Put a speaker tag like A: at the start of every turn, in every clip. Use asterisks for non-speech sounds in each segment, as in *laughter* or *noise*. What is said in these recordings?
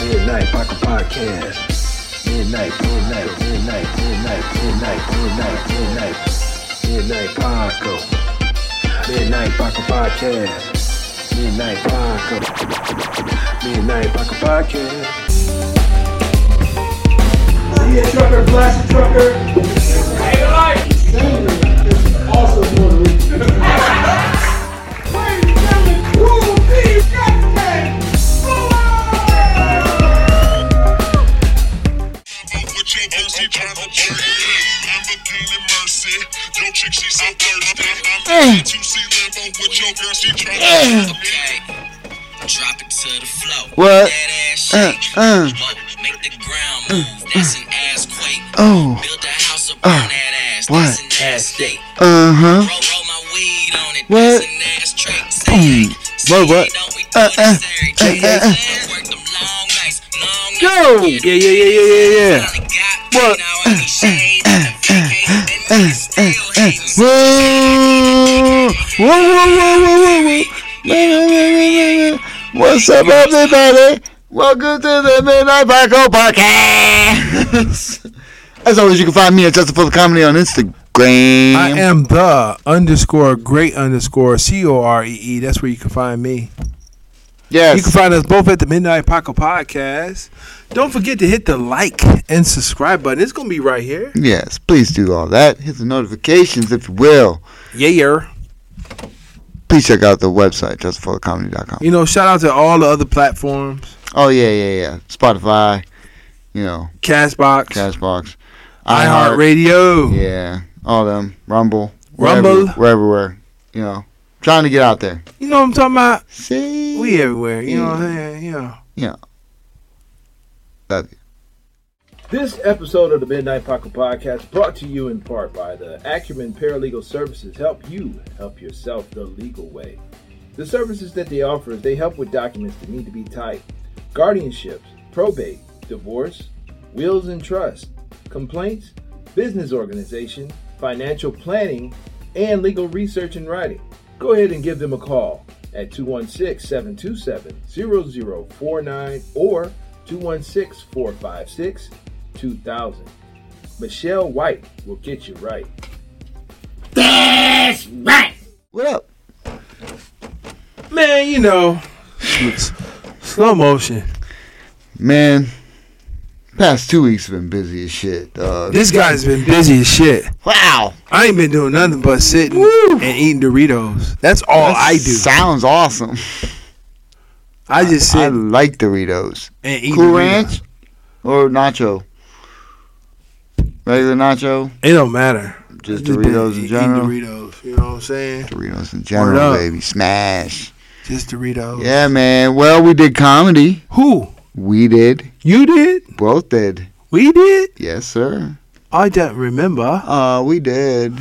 A: Park Podcast. Midnight, midnight, midnight, midnight, midnight, midnight, midnight, midnight, Parko. Midnight Parko Podcast. Midnight Parko. Midnight Parko Podcast. See ya, trucker, blast trucker.
B: Put your OC trying to jerk it. Lamborghini Mercy. Your chick, she so thirsty.
C: Mm.
B: I'm to see Lambo with your girl, she trying to jerk me.
D: Drop it to the floor.
C: What?
D: That ass
C: Uh,
D: shake.
C: uh. Mm,
D: Whoa, make the ground move. That's an ass quake.
C: Oh,
D: Build a house upon that ass.
C: what?
D: That's an ass state.
C: uh huh.
D: Roll, roll my weed on it.
C: What?
D: That's an ass trick.
C: Boom. What, what? Uh, uh, uh, uh, uh. Go! Yeah, yeah, yeah, yeah, yeah, yeah. What?
D: What?
C: Whoa! Whoa, whoa, whoa, whoa, whoa, whoa. Man, man, man, man, man, man. What's up, everybody? Welcome to the Midnight Paco Podcast. *laughs* As always, you can find me at Justin Fuller Comedy on Instagram.
E: I am the underscore great underscore C O R E E. That's where you can find me.
C: Yes.
E: You can find us both at the Midnight Pocket Podcast. Don't forget to hit the like and subscribe button. It's gonna be right here.
C: yes. Please do all that. Hit the notifications if you will.
E: Yeah, yeah.
C: Please check out the website, justinfullercomedy.com.
E: You know, shout out to all the other platforms:
C: Oh yeah, yeah, yeah. Spotify, you know,
E: Castbox,
C: Cashbox,
E: iHeartRadio.
C: yeah, all them, Rumble,
E: Rumble.
C: we're everywhere. You know, trying to get out there.
E: You know what I'm talking about?
C: See,
E: We everywhere. You know what I'm saying? You know.
C: Love you.
F: This episode of the Midnight Pocket Podcast brought to you in part by the Acumen Paralegal Services help you help yourself the legal way. The services that they offer is they help with documents that need to be typed, guardianships, probate, divorce, wills and trust, complaints, business organization, financial planning, and legal research and writing. Go ahead and give them a call at 216 727 0049 or 216 456 2000. Michelle White will get you right.
C: What up?
E: Man, you know. Slow motion.
C: Man, past two weeks have been busy as shit. dog.
E: This guy's been busy as shit.
C: wow,
E: I ain't been doing nothing but sitting and eating Doritos. That's all
C: That
E: I do.
C: Sounds awesome.
E: I just sit
C: I like Doritos.
E: and eat
C: cool
E: Doritos.
C: Ranch or Nacho. Regular Nacho,
E: It don't matter.
C: just
E: Just
C: Doritos
E: been
C: in
E: eating
C: general.
E: Doritos. You know what I'm saying?
C: Doritos in
E: Word
C: general,
E: up.
C: baby. Smash.
E: Just Doritos.
C: Yeah, man. Well, we did comedy.
E: Who?
C: We did.
E: You did?
C: Both did.
E: We did?
C: Yes, sir.
E: I don't remember.
C: Uh, we did.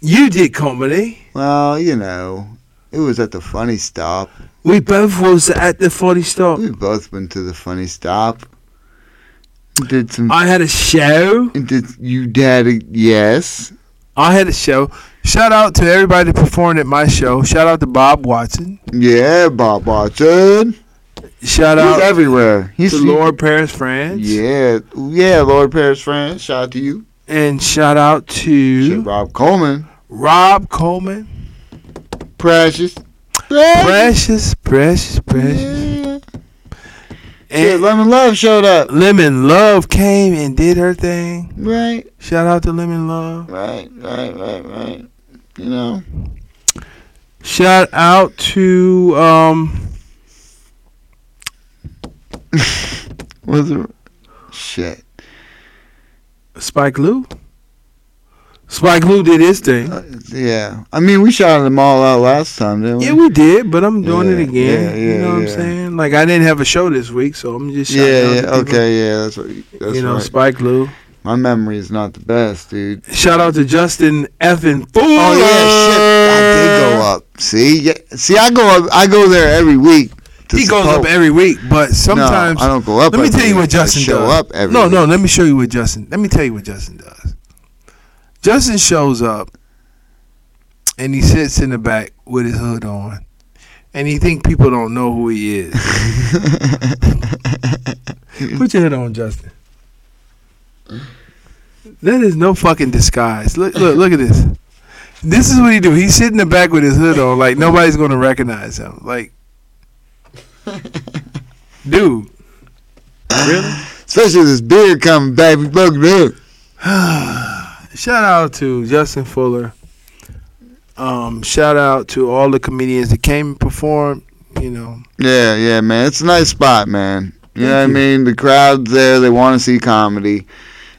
E: You did comedy.
C: Well, you know, it was at the funny stop.
E: We both was at the funny stop.
C: We both went to the funny stop. Did some.
E: I had a show.
C: did you dad? Yes.
E: I had a show. Shout out to everybody that performed at my show. Shout out to Bob Watson.
C: Yeah, Bob Watson.
E: Shout
C: He's
E: out
C: everywhere. He's
E: to Laura Paris France.
C: Yeah, yeah, Lord Paris friend. Shout out to you.
E: And shout out
C: Shit,
E: to
C: Rob Coleman.
E: Rob Coleman.
C: Precious.
E: Precious, precious, precious.
C: Yeah. Shit,
E: And
C: Lemon Love showed up.
E: Lemon Love came and did her thing.
C: Right,
E: Shout out to Lemon Love.
C: right, right, right, right. You know, *laughs*
E: Shout out to um
C: was it? Shit.
E: Spike Lee. Spike Lee did his thing.
C: Uh, yeah. I mean, we shouted them all out last time, didn't we?
E: Yeah, we did, but I'm doing it
C: Yeah,
E: again.
C: yeah,
E: you
C: yeah,
E: know what I'm
C: yeah.
E: saying? Like I didn't have a show this week, so I'm just shouting
C: Yeah,
E: out
C: yeah,
E: to people.
C: okay, yeah, that's right. That's
E: you know,
C: right.
E: Spike Lee.
C: My memory is not the best, dude.
E: Shout out to Justin effing Fuller.
C: Oh yeah, shit. I did go up. See, yeah, see, I go up. I go there every week. to
E: He goes up
C: support.
E: every week, but
C: No,
E: sometimes
C: I don't go up.
E: Let me
C: every
E: tell you
C: week.
E: what Justin
C: I show
E: does.
C: up every.
E: no, no.
C: week.
E: Let me show you what Justin. Let me tell you what Justin does. Justin shows up, and he sits in the back with his hood on,
C: *laughs*
E: and he think people don't know who he is. Put your hood on, Justin. That is no fucking disguise. Look, look, look at this. This is what he do. He sit in the back with his hood on, like nobody's gonna recognize him.
C: *laughs*
E: Like, dude,
C: *laughs* Especially this beard coming back. We fucked it up.
E: shout out to Justin Fuller. Um, shout out to all the comedians that came and performed. You know,
C: Yeah, yeah, man. It's a nice spot, man. You know what I mean? The crowd's there. They want to see comedy.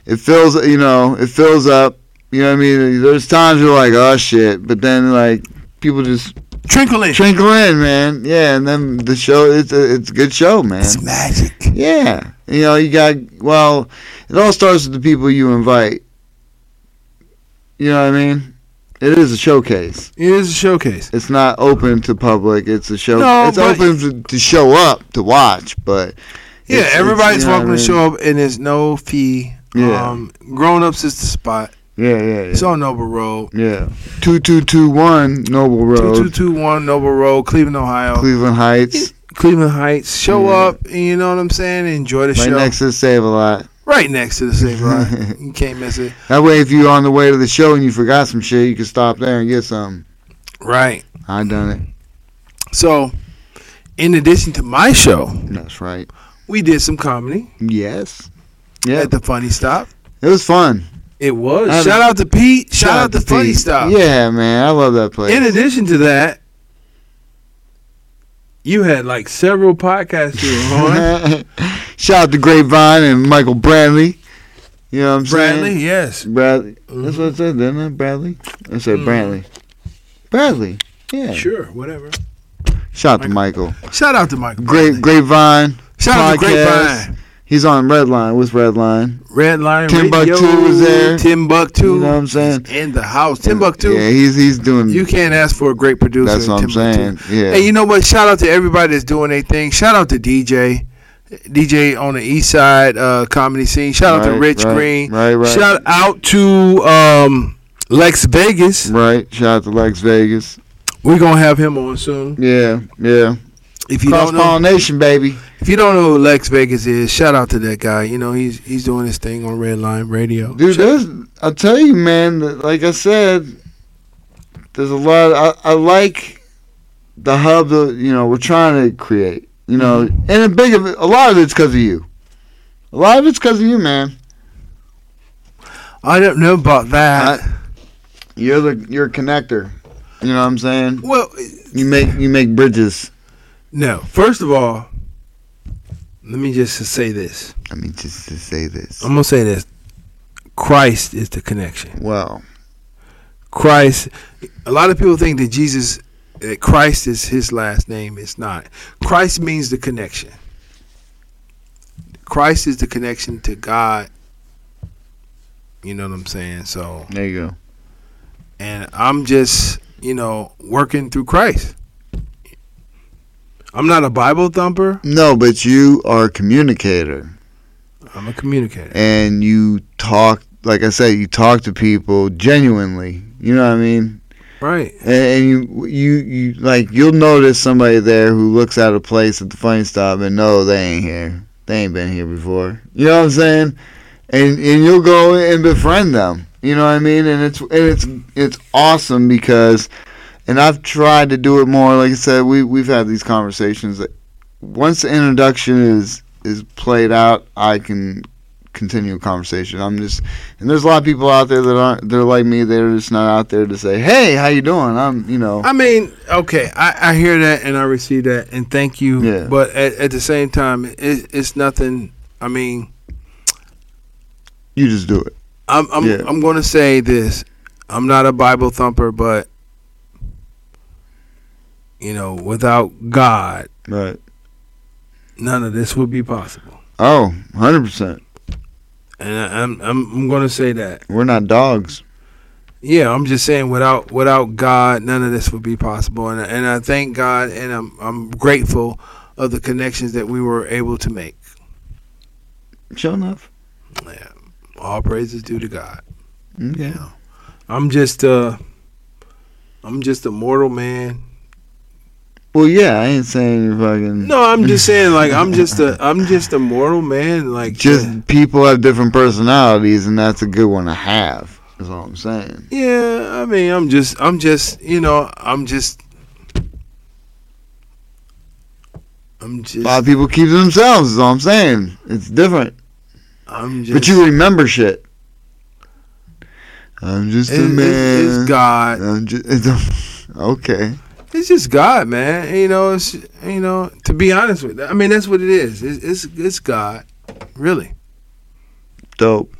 C: It fills, you know, it fills up. You know what I mean? There's times you're like, oh shit, but then like people just
E: trinkle in.
C: trickle in, man. Yeah, and then the show, it's a, it's a good show, man.
E: It's magic.
C: Yeah, you know, you got well. It all starts with the people you invite. You know what I mean? It is a showcase.
E: It is a showcase.
C: It's not open to public. It's a show.
E: No,
C: it's
E: but-
C: open to, to show up to watch, but
E: Yeah,
C: it's- it's-
E: everybody's
C: you know what
E: welcome
C: I
E: to
C: mean?
E: show up, and there's no fee.
C: Yeah.
E: Um, grown ups is the spot.
C: Yeah, yeah, yeah.
E: It's on Noble Road.
C: yeah, two two two one Noble Road,
E: 2221 Noble Road, Cleveland, Ohio. *laughs*
C: Cleveland Heights,
E: Cleveland Heights. Show
C: Yeah.
E: up, and you know what I'm saying? Enjoy the
C: right
E: show.
C: next to Save a Lot.
E: right next to the Save
C: *laughs*
E: Ride. you can't miss it.
C: That way, if you're on the way to the show and you forgot some shit, you can stop there and get something.
E: Right.
C: I done it.
E: So, in addition to my show,
C: That's right.
E: we did some comedy
C: Yes. Yeah,
E: at the Funny Stop.
C: it was fun.
E: It was.
C: I-
E: shout out to Pete. Shout, out to Funny
C: Pete.
E: Stop.
C: Yeah, man, I love that place.
E: In addition to that, you had like several podcasts you were
C: *laughs*
E: on.
C: Shout out to Grapevine and Michael Bradley. You know what I'm
E: Bradley,
C: saying?
E: yes.
C: Bradley. That's
E: Mm-hmm.
C: what I said, didn't I? Bradley? I said Bradley. Bradley. Yeah.
E: Sure, whatever.
C: Shout out to Michael.
E: Shout out to Michael.
C: Great Grapevine.
E: Shout out to
C: podcast.
E: Grapevine.
C: He's on Redline with Redline.
E: Red Lion
C: Timbuktu
E: Radio.
C: was there.
E: Timbuktu.
C: You know what I'm saying?
E: In the house. Timbuktu.
C: Yeah, he's he's doing
E: You can't ask for a great producer.
C: that's
E: in
C: what I'm
E: Timbuktu.
C: saying. Yeah.
E: Hey, you know what? Shout out to everybody that's doing their thing. Shout out to DJ. DJ on the East Side uh, comedy scene. Shout out to
C: Right,
E: Rich
C: right,
E: Green.
C: right, right.
E: Shout out to um, Lex Vegas.
C: right. Shout out to Lex Vegas.
E: We're gonna have him on soon.
C: Yeah, yeah.
E: If you
C: Cross
E: don't know,
C: pollination, baby.
E: if you don't know who Lex Vegas is, shout out to that guy. You know he's he's doing his thing on Red Line Radio.
C: Dude, there's, I'll tell you, man, that- like I said, there's a lot. I, I like the hub that, you know, we're trying to create. You know, and a big of it, a lot of it's because of you. A lot of it's because of you, man.
E: I don't know about that.
C: You're the you're a connector. You know what I'm saying?
E: well,
C: You make you make bridges.
E: no. First of all, let me just say this.
C: I mean, just to say this.
E: I'm gonna say this. Christ is the connection.
C: Well,
E: Christ. A lot of people think that Jesus, that Christ is his last name. It's not. Christ means the connection. Christ is the connection to God. You know what I'm saying? So,
C: there you go.
E: and I'm just, you know, working through Christ. I'm not a Bible thumper.
C: No, but you are a communicator.
E: I'm a communicator.
C: and you talk like i said you talk to people genuinely you know what i mean
E: Right.
C: and, and you you you like you'll notice somebody there who looks out of place at the funny stop and no they ain't here they ain't been here before you know what i'm saying and and you'll go and befriend them you know what i mean and it's and it's it's awesome because and i've tried to do it more like i said we we've had these conversations that once the introduction is is played out i can continue a conversation. I'm just and there's a lot of people out there that aren't they're like me, they're just not out there to say, Hey, how you doing? I'm you know
E: I mean, okay, I, I hear that and I receive that and thank you.
C: Yeah.
E: But at, at the same time, it, it's nothing. I mean,
C: you just do it.
E: I'm I'm
C: Yeah.
E: I'm going to say this. I'm not a Bible thumper, but you know, without God,
C: Right.
E: none of this would be possible.
C: Oh, 100 percent.
E: And I, I'm I'm, I'm going to say that.
C: We're not dogs.
E: Yeah, I'm just saying without without God, none of this would be possible. And I- and I thank God, and I'm I'm grateful of the connections that we were able to make.
C: Sure enough.
E: All praises due to God.
C: Okay.
E: I'm just uh I'm just a mortal man
C: Well, yeah, I ain't saying you fucking.
E: No, I'm just saying, like, I'm just a, I'm just a mortal man. Like,
C: Just people have different personalities, and that's a good one to have. Is all I'm saying.
E: yeah. I mean, I'm just, I'm just, you know, I'm just, I'm
C: A lot
E: just,
C: of people keep to themselves. Is all I'm saying. It's different,
E: I'm just.
C: but you remember shit. I'm just
E: it-
C: a
E: it-
C: man.
E: it's God.
C: I'm just. It's, *laughs* okay.
E: It's just God, man. You know, it's you know. To be honest with, you, I mean, that's what it is. It's it's, it's God, really.
C: Dope.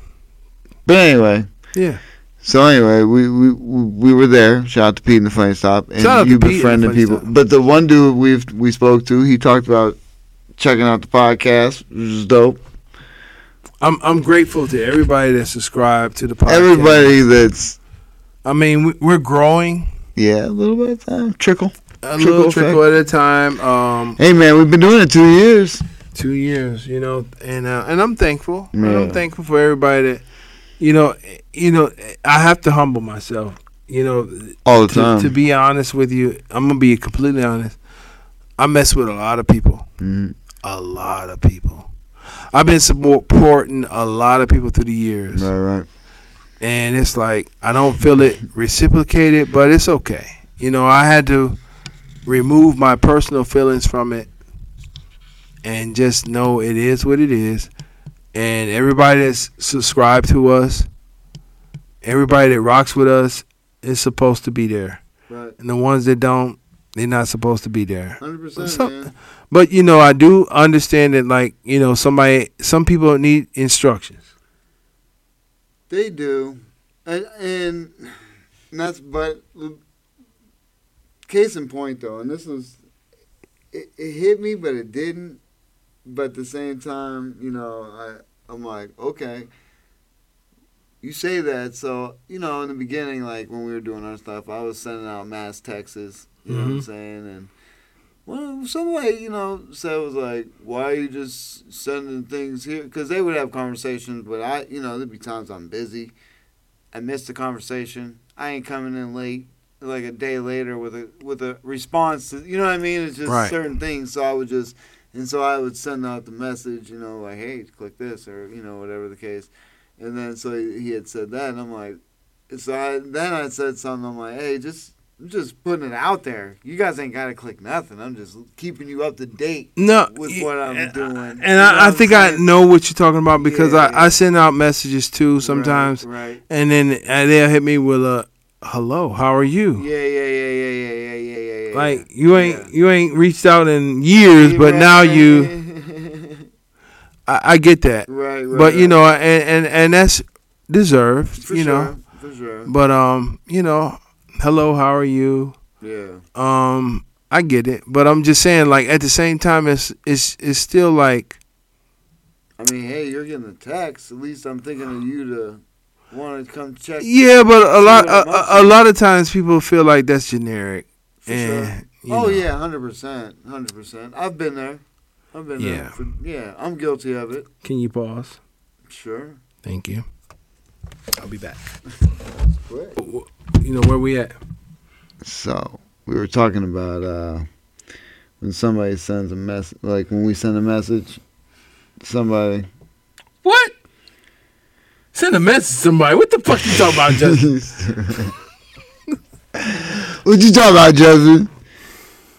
C: But anyway.
E: Yeah.
C: So anyway, we, we we were there. Shout out to Pete and the Funny Stop, and
E: Shout out to
C: you
E: Pete and the
C: befriended
E: Funny
C: people.
E: Stop.
C: But the one dude we have we spoke to, he talked about checking out the podcast, which is dope.
E: I'm I'm grateful to everybody that subscribed to the podcast.
C: Everybody that's
E: I mean, we- we're growing
C: yeah, a little bit of time trickle.
E: a
C: Trickle
E: little
C: effect.
E: trickle at a time. Um,
C: Hey man, we've been doing it two years.
E: two years, you know, and uh, and I'm thankful. And
C: Yeah.
E: I'm thankful for everybody that, you know, you know, I have to humble myself. You know,
C: All the
E: to,
C: time.
E: to be honest with you, I'm gonna be completely honest. I mess with a lot of people.
C: Mhm.
E: A lot of people. I've been supporting a lot of people through the years,
C: right, right.
E: and it's like I don't feel it reciprocated, but it's okay. You know, I had to remove my personal feelings from it, and just know it is what it is. And everybody that's subscribed to us, everybody that rocks with us, is supposed to be there
C: Right.
E: and the ones that don't, they're not supposed to be there.
C: Hundred
E: So- But you know, I do understand that, like you know, somebody, some people need instructions.
C: They do, and, and that's but case in point though, and this was it, it hit me, but it didn't. But at the same time, you know, I I'm like, okay, you say that, so you know, in the beginning, like when we were doing our stuff, I was sending out mass texts, you know what I'm
E: Mhm.
C: saying, and. Well, somebody, you know, said was like, "Why are you just sending things here?" Because they would have conversations, but I, you know, there'd be times I'm busy, I missed the conversation, I ain't coming in late, like a day later with a with a response. To, you know what I mean? It's just
E: Right.
C: certain things. So I would just, and so I would send out the message, you know, like, "Hey, click this," or you know, whatever the case. And then so he he had said that, and I'm like, so I, then I said something. I'm like, "Hey, just." I'm just putting it out there. You guys ain't gotta click nothing. I'm just keeping you up to date
E: No,
C: with
E: you-
C: what I'm
E: and- uh,
C: doing.
E: and I, I think I know what you're talking about because
C: Yeah,
E: I,
C: yeah.
E: I send out messages too sometimes,
C: Right,
E: and then uh, they'll hit me with a hello, how are you?
C: Yeah, yeah, yeah, yeah, yeah, yeah, yeah, yeah, yeah.
E: Like you ain't
C: Yeah.
E: you ain't reached out in years, but now you I, I get that.
C: *laughs* right, right.
E: But you
C: right.
E: know, and and and that's deserved.
C: for
E: you
C: sure,
E: know,
C: for sure.
E: but um, you know, hello, how are you?
C: Yeah,
E: Um, I get it, but I'm just saying, like at the same time, it's it's it's still like
C: I mean, hey, you're getting a text. At least I'm thinking of you to want to come check.
E: yeah, but a lot
C: what I'm up
E: a, a, a
C: to.
E: lot of times people feel like that's generic.
C: for sure.
E: and, you
C: oh
E: know,
C: yeah, hundred percent, hundred percent. I've been there. I've been there.
E: Yeah.
C: For, yeah, I'm guilty of it.
E: Can you pause?
C: Sure.
E: Thank you. I'll be back.
C: Quick.
E: You know where we at?
C: So we were talking about uh, when somebody sends a message, like when we send a message, somebody. *laughs*
E: What? Send a message to somebody. What the fuck you talking about, Justin?
C: what you talking about, Justin?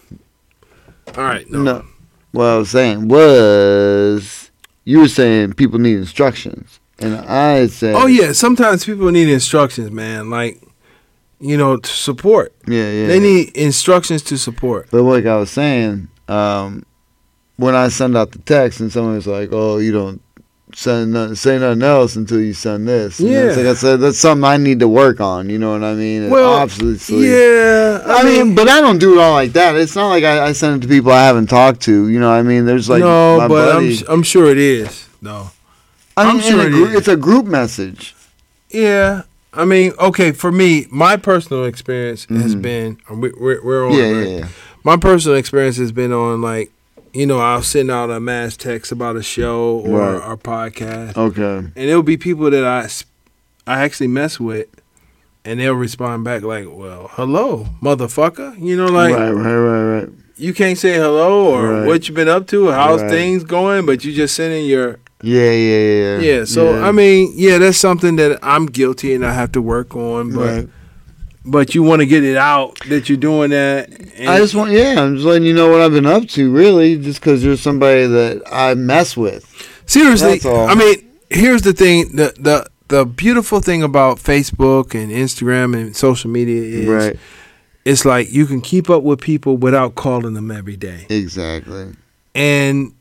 E: *laughs* All right, no.
C: No. What I was saying was you were saying people need instructions, and I said,
E: Oh yeah, sometimes people need instructions, man. Like, you know, to support.
C: yeah, yeah."
E: They need instructions to support.
C: But like I was saying, um, when I send out the text and someone's like, "Oh, you don't send nothing, say nothing else until you send this," you know, it's
E: Yeah.
C: like I said, that's something I need to work on. You know what I mean? And
E: Well,
C: obviously,
E: Yeah,
C: I mean, but I don't do it all like that. It's not like I, I send it to people I haven't talked to. You know, what I mean, there's like
E: no,
C: my
E: but I'm
C: buddy-
E: s- I'm sure it is. No.
C: I
E: I'm
C: mean, in
E: sure
C: a
E: it
C: group-
E: is.
C: it's a group message.
E: Yeah. I mean, okay, for me, my personal experience has
C: Mhm.
E: been and we, we're we're on.
C: yeah,
E: right?
C: yeah, yeah.
E: My personal experience has been on like, you know, I'll send out a mass text about a show or
C: Right. Oh.
E: our podcast,
C: Okay,
E: and it'll be people that I s- I actually mess with, and they'll respond back like, "Well, hello, motherfucker," you know, like,
C: right, right, right, right.
E: you can't say hello or
C: Right.
E: what you been up to or how's
C: Right.
E: things going, but you just sending your
C: Yeah, yeah, yeah.
E: yeah. So I mean, yeah, that's something that I'm guilty and I have to work on, but
C: Right.
E: but you want to get it out that you're doing that. And,
C: I just want, yeah, I'm just letting you know what I've been up to, really, just because you're somebody that I mess with.
E: Seriously,
C: That's all.
E: I mean, here's the thing: the the the beautiful thing about Facebook and Instagram and social media is it's like you can keep up with people without calling them every day.
C: Exactly.
E: And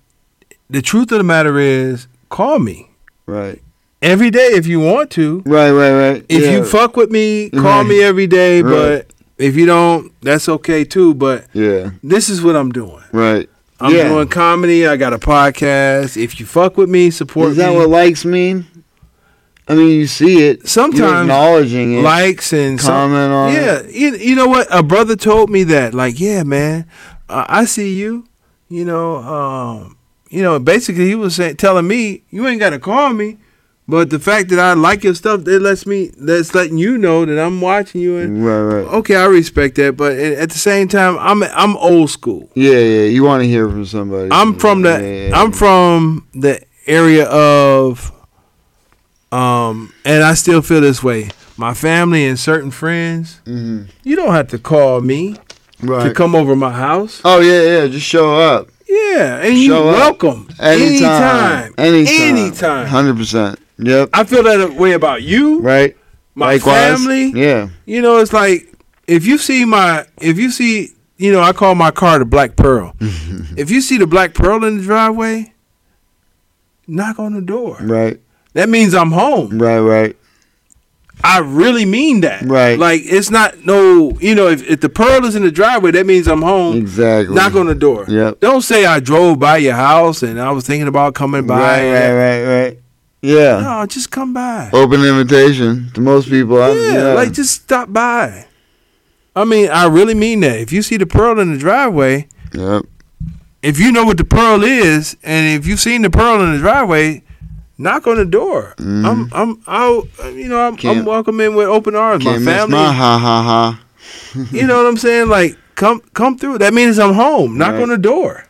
E: the truth of the matter is, call me
C: Right.
E: every day if you want to.
C: Right, right, right.
E: If
C: yeah.
E: you fuck with me, call
C: Right.
E: me every day.
C: Right.
E: But if you don't, that's okay too. But
C: Yeah,
E: this is what I'm doing.
C: right.
E: I'm
C: Yeah.
E: doing comedy. I got a podcast. If you fuck with me, support
C: Is that
E: me.
C: what likes mean? I mean, you see it. You're
E: Sometimes
C: acknowledging it.
E: likes and some-
C: Comment on
E: yeah you, you know what a brother told me that like yeah man uh, i see you you know um you know basically he was saying telling me you ain't gotta call me but the fact that i like your stuff it lets me that's letting you know that i'm watching you and
C: Right, right.
E: okay i respect that but a- at the same time i'm i'm old school
C: Yeah, yeah. You want to hear from somebody.
E: i'm from
C: Yeah,
E: the
C: yeah,
E: i'm from the area of um and i still feel this way my family and certain friends
C: Mhm.
E: you don't have to call me
C: Right.
E: to come over my house.
C: oh yeah, yeah. Just show up
E: Yeah, and you
C: Show up.
E: welcome
C: anytime.
E: anytime,
C: Anytime.
E: anytime.
C: Hundred percent. Yep.
E: I feel that way about you,
C: Right.
E: my
C: Likewise.
E: family.
C: Yeah. *laughs*
E: You know, it's like if you see my, if you see, you know, I call my car the Black Pearl.
C: Mm-hmm.
E: if you see the Black Pearl in the driveway, knock on the door.
C: Right.
E: That means I'm home.
C: Right. Right.
E: I really mean that.
C: Right.
E: Like it's not no, you know, if, if the pearl is in the driveway, that means I'm home.
C: Exactly.
E: Knock on the door.
C: Yep.
E: Don't say I drove by your house and I was thinking about coming by.
C: Right. Right. Right. Right. Yeah.
E: No, just come by.
C: Open invitation to most people. I'm,
E: yeah, like just stop by. I mean, I really mean that. If you see the pearl in the driveway,
C: Yep.
E: if you know what the pearl is, and if you've seen the pearl in the driveway, knock on the door. I'm, I'm, I'll, you know, I'm, I'm
C: Mm-hmm. Can't-
E: welcoming with open arms.
C: Can't
E: my
C: miss
E: family,
C: my ha ha ha.
E: you know what I'm saying? Like, come, come through. That means I'm home. Knock
C: Right.
E: on the door.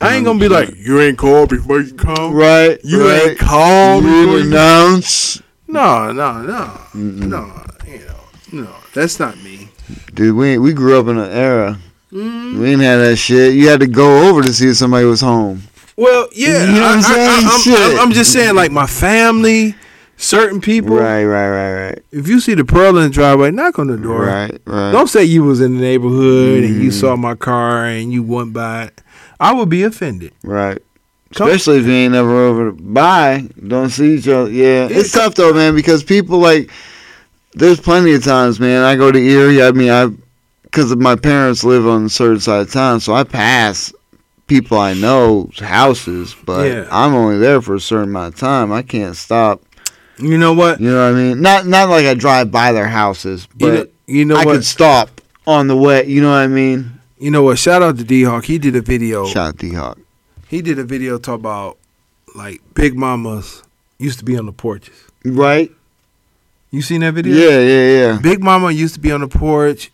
E: I ain't gonna be like, you ain't called before you come.
C: Right.
E: You
C: right.
E: ain't called before
C: You
E: you
C: announce.
E: No, no, no, no. You know, no. That's not me.
C: Dude, we we grew up in an era.
E: Mm-hmm.
C: We didn't have that shit. You had to go over to see if somebody was home.
E: Well, yeah.
C: You know what I'm
E: I,
C: saying?
E: am
C: Shit.
E: just saying, like my family, certain people.
C: Right, right, right, right,
E: If you see the pearl in the driveway, knock on the door.
C: right, right.
E: Don't say you was in the neighborhood and you saw my car and you went by. it. I would be offended.
C: Right.
E: Come-
C: Especially if you ain't never over to buy, don't see each other. Yeah,
E: Yeah,
C: it's tough though, man, because people like. There's plenty of times, man. I go to Erie. I mean, I because my parents live on a certain side of town, so I pass people I know's houses, but
E: Yeah.
C: I'm only there for a certain amount of time. I can't stop.
E: You know what?
C: You know what I mean? Not not like I drive by their houses, but
E: You know, you know
C: I
E: what?
C: could stop on the way. You know what I mean?
E: you know what? Shout out to D Hawk. He did a video.
C: Shout out D Hawk.
E: He did a video talk about like Big Mamas used to be on the porches.
C: Right?
E: You seen that video?
C: Yeah, yeah, yeah.
E: Big Mama used to be on the porch.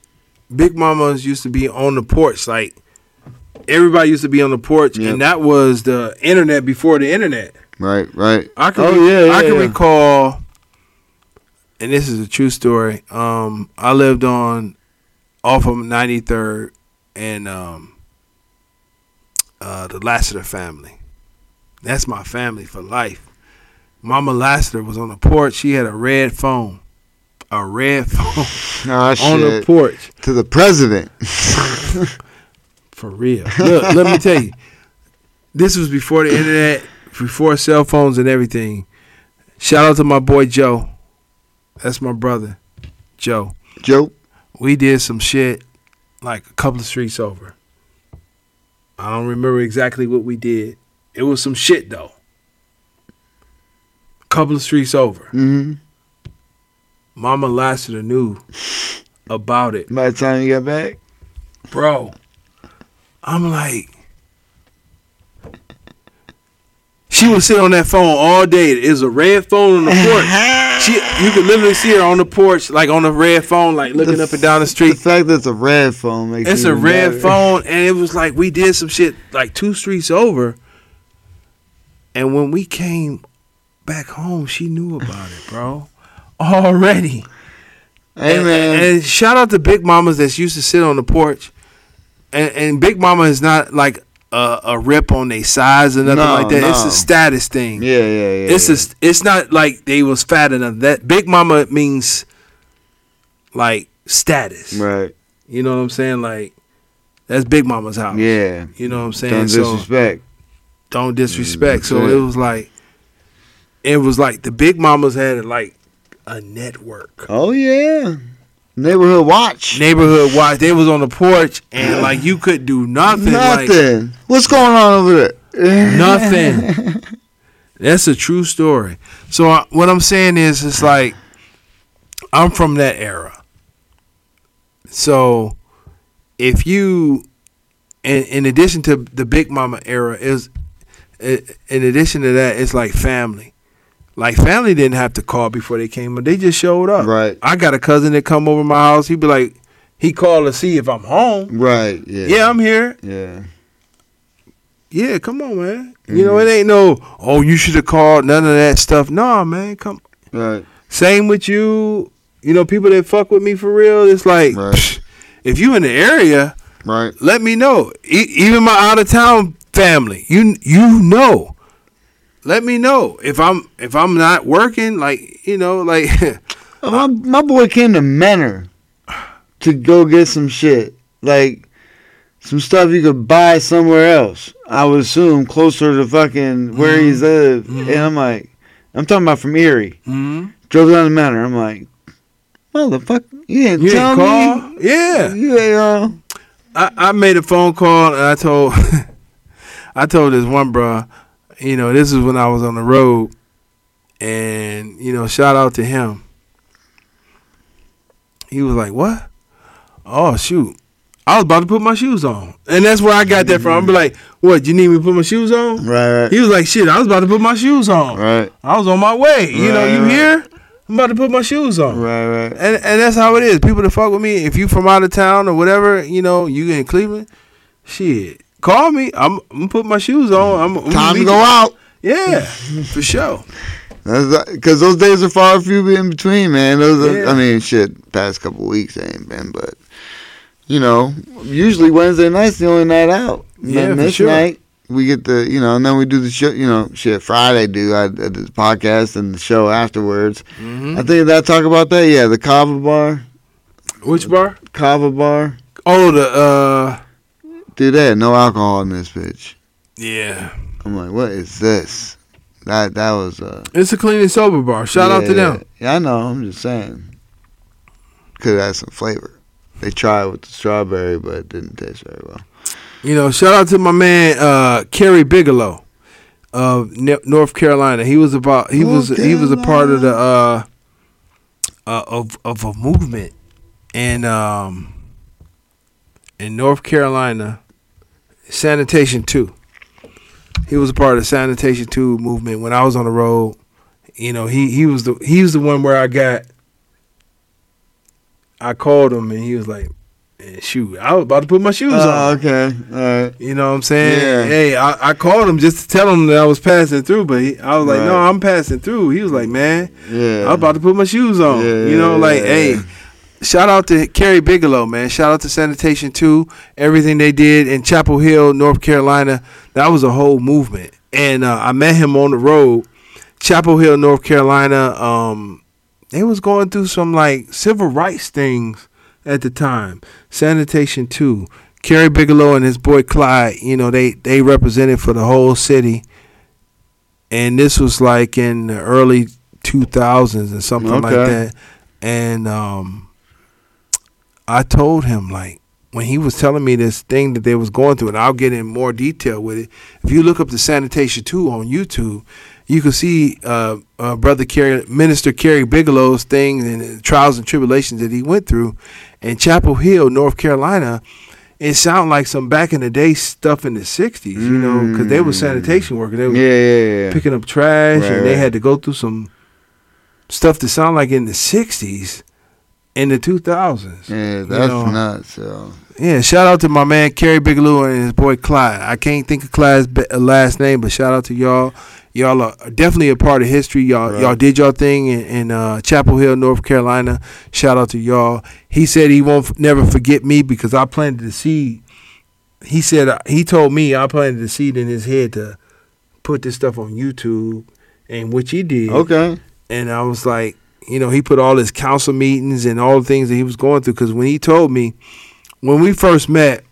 E: Big Mamas used to be on the porch. Like everybody used to be on the porch,
C: Yep.
E: and that was the internet before the internet.
C: Right, right.
E: I can,
C: Oh, yeah,
E: I
C: yeah,
E: can
C: yeah.
E: recall, and this is a true story. Um, I lived on off of 93rd and um, uh, the Lassiter family. That's my family for life. Mama Lassiter was on the porch. She had a red phone, a red *laughs* phone
C: Oh,
E: on the
C: shit.
E: porch
C: to the president. *laughs*
E: for real. Look, let me tell you, this was before the internet, before cell phones and everything. Shout out to my boy Joe. That's my brother, Joe.
C: Joe.
E: We did some shit like a couple of streets over. I don't remember exactly what we did. It was some shit though. Couple of streets over.
C: hmm
E: Mama Lassiter knew about it.
C: By the time you got back,
E: bro. I'm like, She would sit on that phone all day. It was a red phone on the
C: *laughs*
E: porch. She, you could literally see her on the porch, like on the red phone, like looking
C: The
E: up and down the
C: The *laughs*
E: street.
C: fact that it's a red phone makes
E: It's
C: it
E: a
C: even
E: red
C: better.
E: phone, and it was like we did some shit like two streets over. And when we came back home, she knew about it, bro. *laughs* Already.
C: Hey
E: And-
C: man,
E: And, and shout out to Big Mamas that's used to sit on the porch. And, and Big Mama is not like a, a rip on their size or nothing
C: No,
E: like that. It's
C: no.
E: a status thing.
C: yeah, yeah, yeah.
E: it's
C: yeah.
E: a, it's not like they was fat enough. That Big Mama means like status.
C: right.
E: You know what I'm saying? Like that's Big Mama's house.
C: Yeah,
E: You know what I'm saying?
C: don't
E: so
C: disrespect.
E: don't disrespect.
C: Mm,
E: So
C: that's
E: it
C: it.
E: was like it was like the Big Mamas had like a network.
C: Oh yeah, neighborhood watch.
E: neighborhood watch. They was on the porch and like you could do nothing. Like,
C: Nothing. What's going on over there? *laughs*
E: nothing. That's a true story. So I, what I'm saying is, it's like I'm from that era. So if you, in, in addition to the Big Mama era, is in in addition to that, it's like family. Like family didn't have to call before they came, but they just showed up.
C: Right.
E: I got a cousin that come over my house. He'd be like, he called to see if I'm home.
C: Right. Yeah.
E: Yeah, I'm here.
C: Yeah.
E: Yeah, come on, man. You know,
C: Mm-hmm.
E: it ain't no, oh, you should have called, none of that stuff. Nah, man, come.
C: Right.
E: Same with you. You know, people that fuck with me for real, it's like,
C: Right.
E: psh, if you in the area,
C: Right.
E: let me know. E- even my out of town family, you you know, let me know if I'm if I'm not working. Like you know, like *laughs*
C: Uh, my my boy came to Menor to go get some shit, like some stuff you could buy somewhere else. I would assume closer to fucking where he's live. And I'm like, I'm talking about from Erie. Drove down to Menor. I'm like, motherfucker, you didn't
E: you
C: tell
E: didn't call.
C: me.
E: Yeah,
C: You ain't uh,
E: I, I made a phone call and I told *laughs* I told this one bruh, you know, this is when I was on the road and you know, shout out to him. He was like, What? Oh shoot. I was about to put my shoes on. And that's where I got that from. I'm be like, what, you need me to put my shoes on?
C: right,
E: He was like, shit, I was about to put my shoes on.
C: right,
E: I was on my way. you know,
C: Right,
E: you
C: right.
E: here? I'm about to put my shoes on.
C: right, right.
E: And and that's how it is. People that fuck with me, if you from out of town or whatever, you know, you in Cleveland, shit, call me. I'm, I'm gonna put my shoes on. I'm, I'm
C: Time to
E: meet
C: go
E: you.
C: out. *laughs*
E: Yeah, for sure.
C: Because those days are far few in between, man. Those, are,
E: Yeah.
C: I mean, shit, past couple weeks ain't been, but you know, usually Wednesday night's the only night out. And
E: Yeah,
C: then
E: for
C: this
E: sure.
C: night we get the, you know, and then we do the show. You know, shit, Friday do I, I did the podcast and the show afterwards.
E: Mm-hmm.
C: I think did I talk about that. Yeah, the Kava Bar,
E: Which bar?
C: Kava Bar.
E: Oh, the uh,
C: Dude, they had no alcohol in this bitch.
E: yeah,
C: I'm like, what is this? That that was uh
E: it's a clean and sober bar. Shout out to
C: Yeah,
E: them.
C: Yeah, I know. I'm just saying. Could add some flavor. They tried with the strawberry, but it didn't taste very well.
E: You know, shout out to my man uh, Kerry Bigelow of N- North Carolina. He was about he was
C: North
E: he was a part of the uh, uh of of a movement in um in North Carolina sanitation 2. He was a part of the sanitation 2 movement when I was on the road. You know, he he was the he was the one where I got I called him and he was like, "Man, shoot, I was about to put my shoes on."
C: Oh, okay. All right.
E: You know what I'm saying?
C: Yeah.
E: Hey, I, I called him just to tell him that I was passing through, but he, I was like,
C: Right.
E: no, I'm passing through. He was like, man,
C: Yeah.
E: I'm about to put my shoes on.
C: Yeah,
E: you know,
C: yeah,
E: like,
C: yeah,
E: hey,
C: yeah.
E: shout out to Kerry Bigelow, man. Shout out to Sanitation 2, everything they did in Chapel Hill, North Carolina. That was a whole movement. And uh, I met him on the road, Chapel Hill, North Carolina. Um, they was going through some like civil rights things at the time. Sanitation 2. Kerry Bigelow and his boy Clyde, you know, they they represented for the whole city. And this was like in the early 2000s and something like
C: Okay.
E: that. And um I told him like when he was telling me this thing that they was going through and I'll get in more detail with it. If you look up the sanitation 2 on YouTube, you can see uh, uh, brother Kerry, minister Kerry Bigelow's things and the trials and tribulations that he went through in Chapel Hill, North Carolina. it sounded like some back in the day stuff in the 60s, you know, because they were sanitation workers. They were
C: Yeah, yeah, yeah.
E: picking up trash
C: Right,
E: and they
C: right.
E: had to go through some stuff that sounded like in the 60s in the 2000s.
C: Yeah,
E: you
C: that's
E: know.
C: nuts, yo.
E: Yeah, shout out to my man Kerry Bigelow and his boy Clyde. I can't think of Clyde's be- uh, last name, but shout out to y'all. Y'all are definitely a part of history. Y'all, all
C: Right.
E: y'all did y'all thing in, in uh, Chapel Hill, North Carolina. Shout out to y'all. He said he won't f- never forget me because I planted the seed. He said uh, he told me I planted the seed in his head to put this stuff on YouTube, and which he did
C: Okay.
E: and I was like, you know, he put all his council meetings and all the things that he was going through. Because when he told me, when we first met,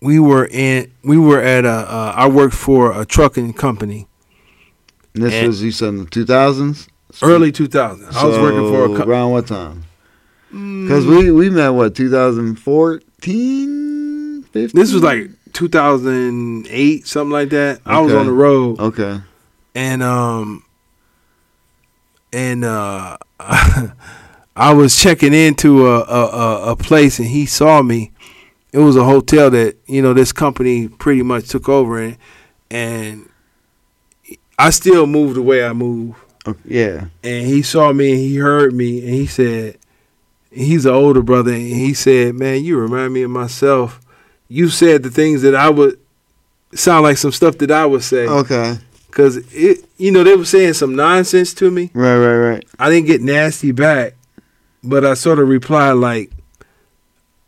E: we were in, we were at a, uh, I worked for a trucking company,
C: This
E: And-
C: was you said in the two thousands.
E: early 2000. I was working for a Mm. company.
C: around what time? Because we we met what 2014, 15?
E: This was like 2008, something like that. I was
C: Okay.
E: on the road,
C: okay.
E: and um, and uh, *laughs* I was checking into a, a a a place, and he saw me. It was a hotel that you know this company pretty much took over, and and I still moved the way I moved.
C: okay, yeah.
E: And he saw me, and he heard me, and he said, he's an older brother, and he said, man, you remind me of myself. You said the things that I would sound like some stuff that I would say.
C: Okay.
E: Cause it, you know, they were saying some nonsense to me.
C: Right, right, right.
E: I didn't get nasty back, but I sort of replied like,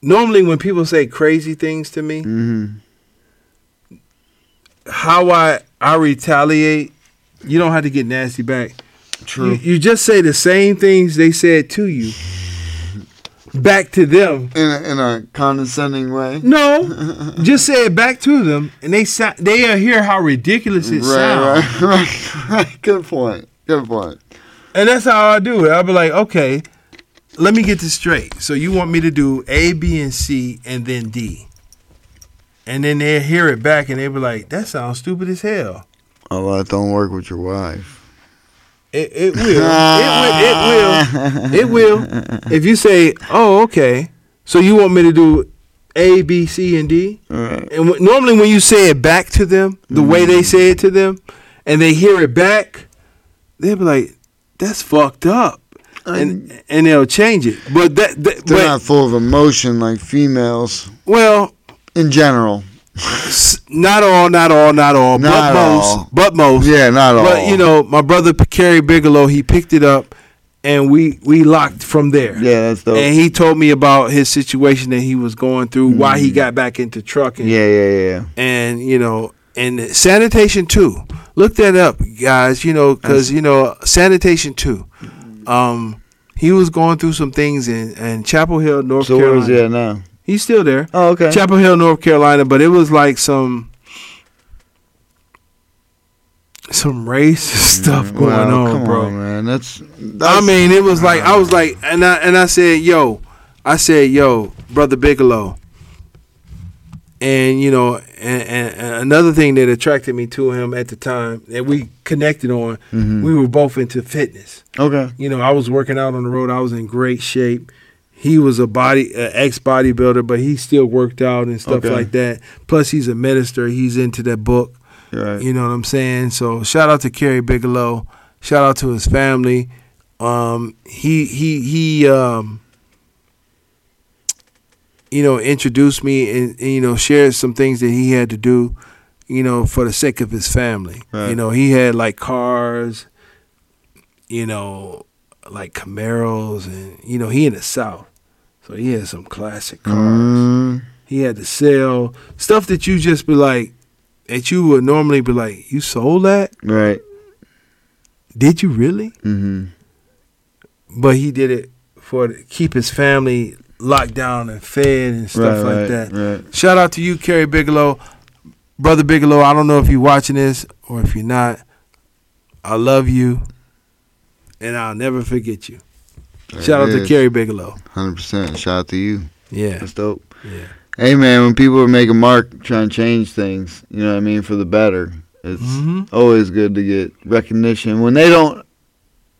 E: normally when people say crazy things to me,
C: hmm
E: how I I retaliate, you don't have to get nasty back. You,
C: True.
E: you just say the same things they said to you back to them.
C: In a, in a condescending way.
E: No,
C: *laughs*
E: just say it back to them, and they sa- they hear how ridiculous it sounds.
C: right, right, right, *laughs* right. Good point. Good point.
E: And that's how I do it. I'll be like, okay, let me get this straight. So you want me to do A, B, and C, and then D. And then they hear it back and they be like, that sounds stupid as hell.
C: Oh, well, don't work with your wife.
E: It, it will.
C: *laughs*
E: it, will. It will. It will. If you say, oh, okay, so you want me to do A, B, C, and D?
C: All right.
E: And w- normally when you say it back to them, the way they say it to them, and they hear it back, they'll be like, that's fucked up. and and they'll change it. But that, that
C: They're
E: but,
C: not full of emotion like females
E: well,
C: in general.
E: s- not all, not all, not all,
C: Not
E: but
C: all.
E: most, but most.
C: Yeah, not all.
E: But you know, my brother P- Kerry Bigelow, he picked it up, and we we locked from there.
C: Yeah, that's dope.
E: And he told me about his situation that he was going through, why he got back into trucking,
C: Mm. yeah, yeah, yeah.
E: and you know, and sanitation too. Look that up, guys. You know, because you know, sanitation too. Um, he was going through some things in, in Chapel Hill, North
C: So where
E: Carolina.
C: is he at now?
E: He's still there.
C: Oh, okay.
E: Chapel Hill, North Carolina, but it was like some some racist *laughs* stuff going
C: Wow,
E: on,
C: Mm, come
E: bro.
C: on, man. That's, that's
E: I mean, it was like I was like, and I and I said, "Yo," I said, "Yo, brother Bigelow." And you know, and, and, and another thing that attracted me to him at the time that we connected on, we were both into fitness
C: okay.
E: you know, I was working out on the road. I was in great shape. He was a body uh, ex bodybuilder, but he still worked out and stuff
C: Okay.
E: like that. Plus, he's a minister. He's into that book.
C: Right.
E: You know what I'm saying? So shout out to Kerry Bigelow. Shout out to his family. Um, he he he um, you know introduced me and, and, you know shared some things that he had to do, you know, for the sake of his family.
C: Right.
E: You know, he had like cars, you know, like Camaros, and you know he in the South, so he had some classic cars.
C: Mm,
E: He had to sell stuff that you just be like, that you would normally be like, you sold that?
C: right.
E: Did you really?
C: Mm-hmm.
E: But he did it for to keep his family locked down and fed and stuff
C: right,
E: like
C: right,
E: that.
C: Right.
E: Shout out to you, Kerry Bigelow, brother Bigelow. I don't know if you're watching this or if you're not. I love you, and I'll never forget you. Shout out to Kerry Bigelow.
C: Hundred percent. Shout out to you.
E: Yeah,
C: That's dope.
E: yeah,
C: Hey man, when people are making mark trying to change things, you know what I mean, for the better. It's
E: Mhm.
C: always good to get recognition when they don't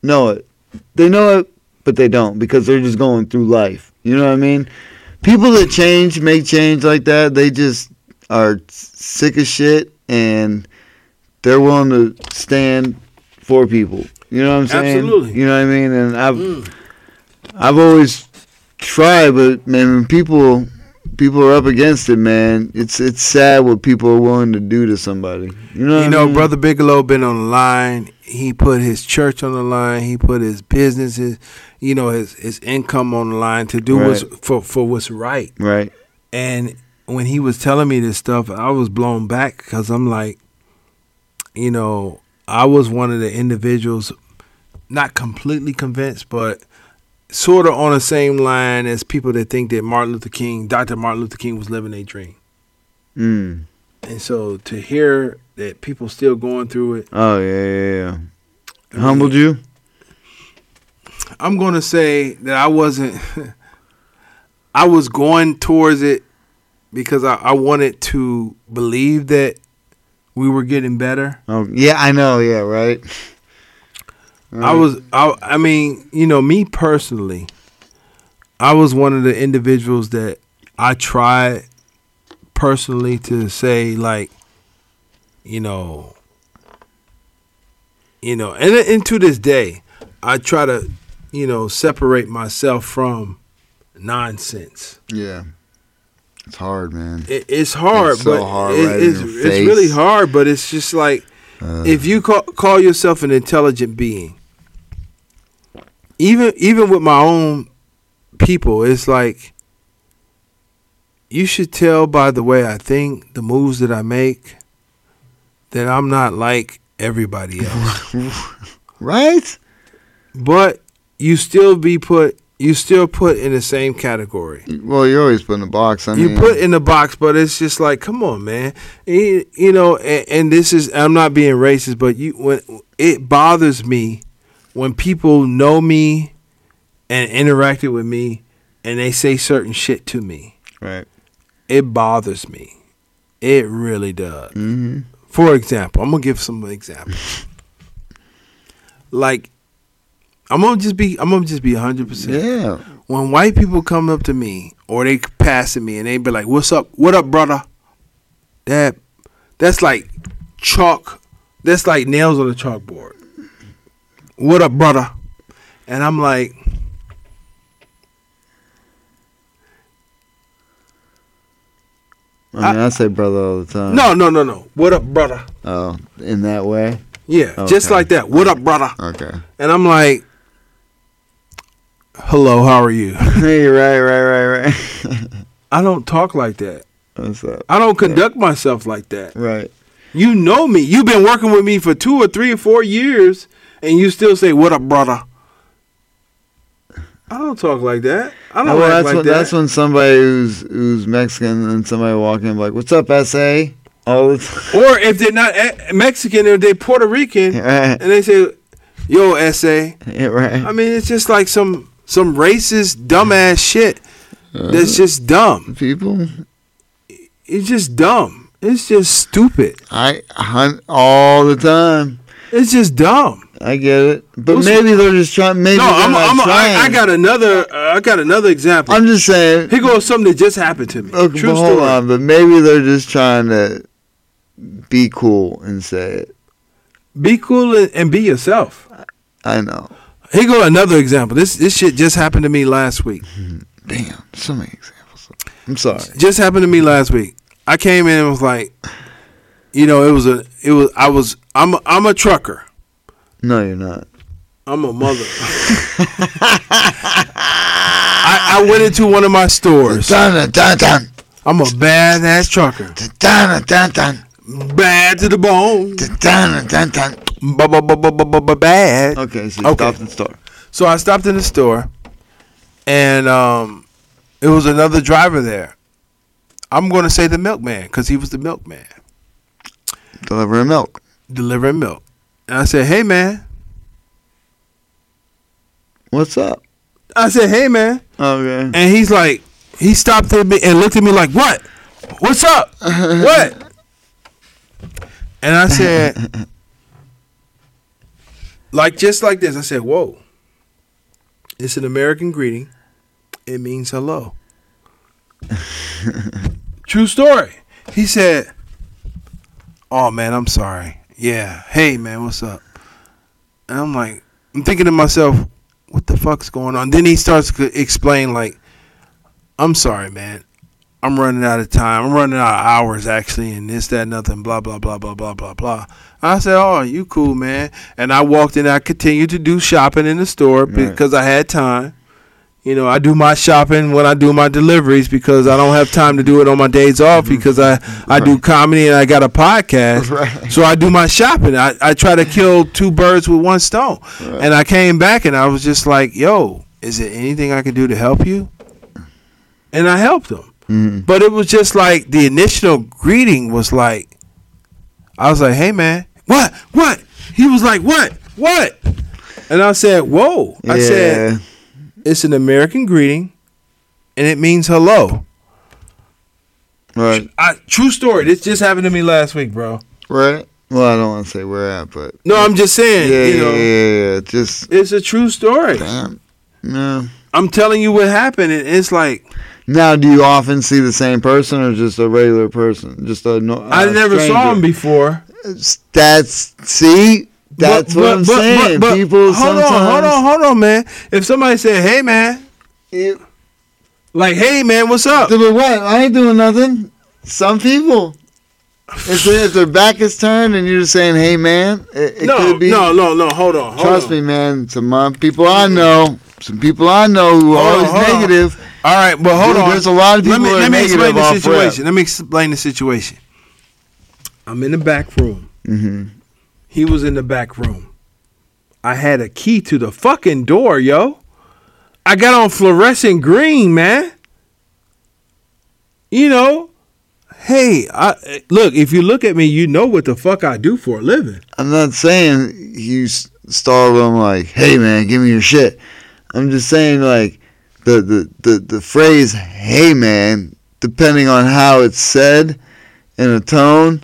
C: know it. They know it, but they don't because they're just going through life. You know what I mean? people that change make change like that. They just are sick of shit and they're willing to stand for people. You know what I'm saying?
E: Absolutely.
C: You know what I mean? And I've I've always tried, but man, when people people are up against it, man. It's it's sad what people are willing to do to somebody. You know, what
E: You
C: I
E: know,
C: mean?
E: Brother Bigelow been on the line. He put his church on the line. He put his business, his, you know, his his income on the line to do what's for for what's right.
C: Right.
E: And when he was telling me this stuff, I was blown back because I'm like, you know, I was one of the individuals, not completely convinced, but sort of on the same line as people that think that Martin Luther King, Dr. Martin Luther King, was living a dream.
C: Mm.
E: And so to hear that people still going through it,
C: Oh yeah, yeah, yeah. Humbled you?
E: I'm going to say that I wasn't. *laughs* I was going towards it because I, I wanted to believe that we were getting better.
C: Oh yeah, I know. Yeah, right.
E: I was I I mean, you know, me personally, I was one of the individuals that I tried personally to say like you know you know, and, and to this day, I try to, you know, separate myself from nonsense.
C: Yeah, it's hard, man.
E: It, it's hard,
C: It's so
E: but
C: hard
E: it-
C: right in
E: it's,
C: your
E: it's
C: face.
E: really hard. But it's just like
C: Uh, Uh-huh.
E: if you call, call yourself an intelligent being, even even with my own people, it's like you should tell by the way I think, the moves that I make, that I'm not like everybody else.
C: *laughs* Right?
E: but you still be put, you still put in the same category.
C: Well, you're always put in a box. I mean,
E: you put in the box, but it's just like, come on, man. You, you know, and, and this is I'm not being racist, but you when it bothers me when people know me and interacted with me and they say certain shit to me.
C: right.
E: It bothers me. It really does.
C: Mm-hmm.
E: For example, I'm gonna give some
C: *laughs*
E: examples. like, I'm gonna just be I'm gonna just be 100. percent
C: Yeah.
E: when white people come up to me or they passing me and they be like, "What's up? What up, brother?" That that's like chalk. That's like nails on a chalkboard. What up, brother? And I'm like,
C: I mean, I, say brother all the time.
E: no, no, no, no. What up, brother?
C: Oh, in that
E: *laughs*
C: way.
E: Yeah, just
C: Okay.
E: like that. What up, brother?
C: Okay. *laughs*
E: And I'm like, hello, how are you?
C: hey, right, right, *laughs* right, right.
E: I don't talk like that.
C: What's up?
E: I don't conduct myself like that.
C: Right.
E: You know me. You've been working with me for two or three or four years, and you still say, "What up, brother?" I don't talk like that. I don't
C: Well,
E: act
C: that's
E: like
C: when
E: that.
C: that's when somebody who's who's Mexican and somebody walking in like, "What's up, SA?" All the *laughs* time.
E: or if they're not a- Mexican or they're Puerto Rican,
C: Right.
E: and they say, "Yo, essay."
C: Yeah, right.
E: I mean, it's just like some some racist, dumbass shit. That's
C: Uh-huh.
E: just dumb.
C: *laughs* People,
E: It's just dumb. It's just stupid.
C: I hunt all the time.
E: It's just dumb.
C: I get it, but
E: Who's-
C: maybe they're just trying. Maybe
E: No,
C: they're
E: I'm,
C: not
E: I'm,
C: trying.
E: I, I got another. Uh, I got another example.
C: I'm just
E: *laughs*
C: saying.
E: Here goes something that just happened to me.
C: Okay,
E: True
C: but hold
E: story.
C: on, but maybe they're just trying to be cool and say it.
E: Be cool and, and be yourself.
C: I know.
E: Here go another example. This this shit just happened to me last week.
C: Damn, so many examples. I'm sorry.
E: Just happened to me last week. I came in and was like, you know, it was a it was I was I'm a, I'm a trucker.
C: No, you're not.
E: I'm a mother. I, I went into one of my stores.
C: Dun dun dun
E: I'm a badass trucker.
C: dun dun dun
E: Bad to the bone.
C: dun dun dun.
E: Ba- ba- ba- ba- ba- ba- ba- Bad.
C: Okay, so you
E: Okay.
C: stopped and start.
E: So I stopped in the store, and um, it was another driver there. I'm going to say the milkman because he was the milkman
C: Delivering milk.
E: delivering milk. And I said, "Hey man,"
C: What's up?
E: I said, "Hey man," *laughs*
C: Okay.
E: and he's like, he stopped at me and looked at me like, "What? What's up? What?" And I said, like just like this, I said, "Whoa, it's an American greeting. It means hello." True story. He said, "Oh man, I'm sorry. Yeah, hey man, what's up?" And I'm like, I'm thinking to myself, "What the fuck's going on?" Then he starts to explain like, "I'm sorry, man. I'm running out of time. I'm running out of hours actually, and this, that, nothing. Blah blah blah blah blah blah blah." I said, "Oh, you cool, man." And I walked in. I continued to do shopping in the store
C: Right.
E: because I had time. You know, I do my shopping when I do my deliveries because I don't have time to do it on my days off because I, I do comedy and I got a podcast.
C: Mm-hmm. Right.
E: So I do my shopping. I, I try to kill two birds with one stone. And I came back and I was just like, yo, is there anything I can do to help you? And I helped him.
C: Mm.
E: But it was just like the initial greeting was like, I was like, hey, man, what? What? He was like, what? What? And I said, whoa. I said, it's an American greeting, and it means hello.
C: right,
E: I, true story. This just happened to me last week, bro.
C: right. Well, I don't want to say where at, but
E: No, I'm just
C: yeah,
E: saying.
C: yeah,
E: you know,
C: yeah, yeah, yeah. Just
E: it's a true story.
C: damn. No.
E: I'm telling you what happened, and it's like
C: Now, do you often see the same person or just a regular person? Just a no.
E: I
C: a
E: never saw
C: stranger?
E: him before.
C: That's see. That's
E: But-
C: what
E: but-
C: I'm
E: but- but-
C: saying.
E: but
C: People
E: hold
C: sometimes.
E: on, hold on, hold on, man. If somebody said, "Hey, man,"
C: It-
E: like, "Hey, man, what's up?"
C: *laughs* But what? I ain't doing nothing. Some people. If, they, if their back is turned and you're just saying, "Hey, man," it, it
E: no,
C: could be.
E: no, no, no. Hold on, hold
C: Trust
E: on.
C: me, man. Some uh, people I know, some people I know who are
E: Hold on,
C: always
E: hold on.
C: negative.
E: All right, but hold
C: Dude,
E: on.
C: there's a lot of
E: Let me
C: people that
E: let
C: are
E: me
C: negative
E: explain the
C: off rep.
E: situation. Let me explain the situation. I'm in the back room.
C: Mhm.
E: He was in the back room. I had a key to the fucking door, yo. I got on fluorescent green, man. You know, hey, I look. If you look at me, you know what the fuck I do for a living.
C: I'm not saying you s- startle them like, "Hey, man, give me your shit." I'm just saying like the the the, the phrase "Hey, man," depending on how it's said in a tone.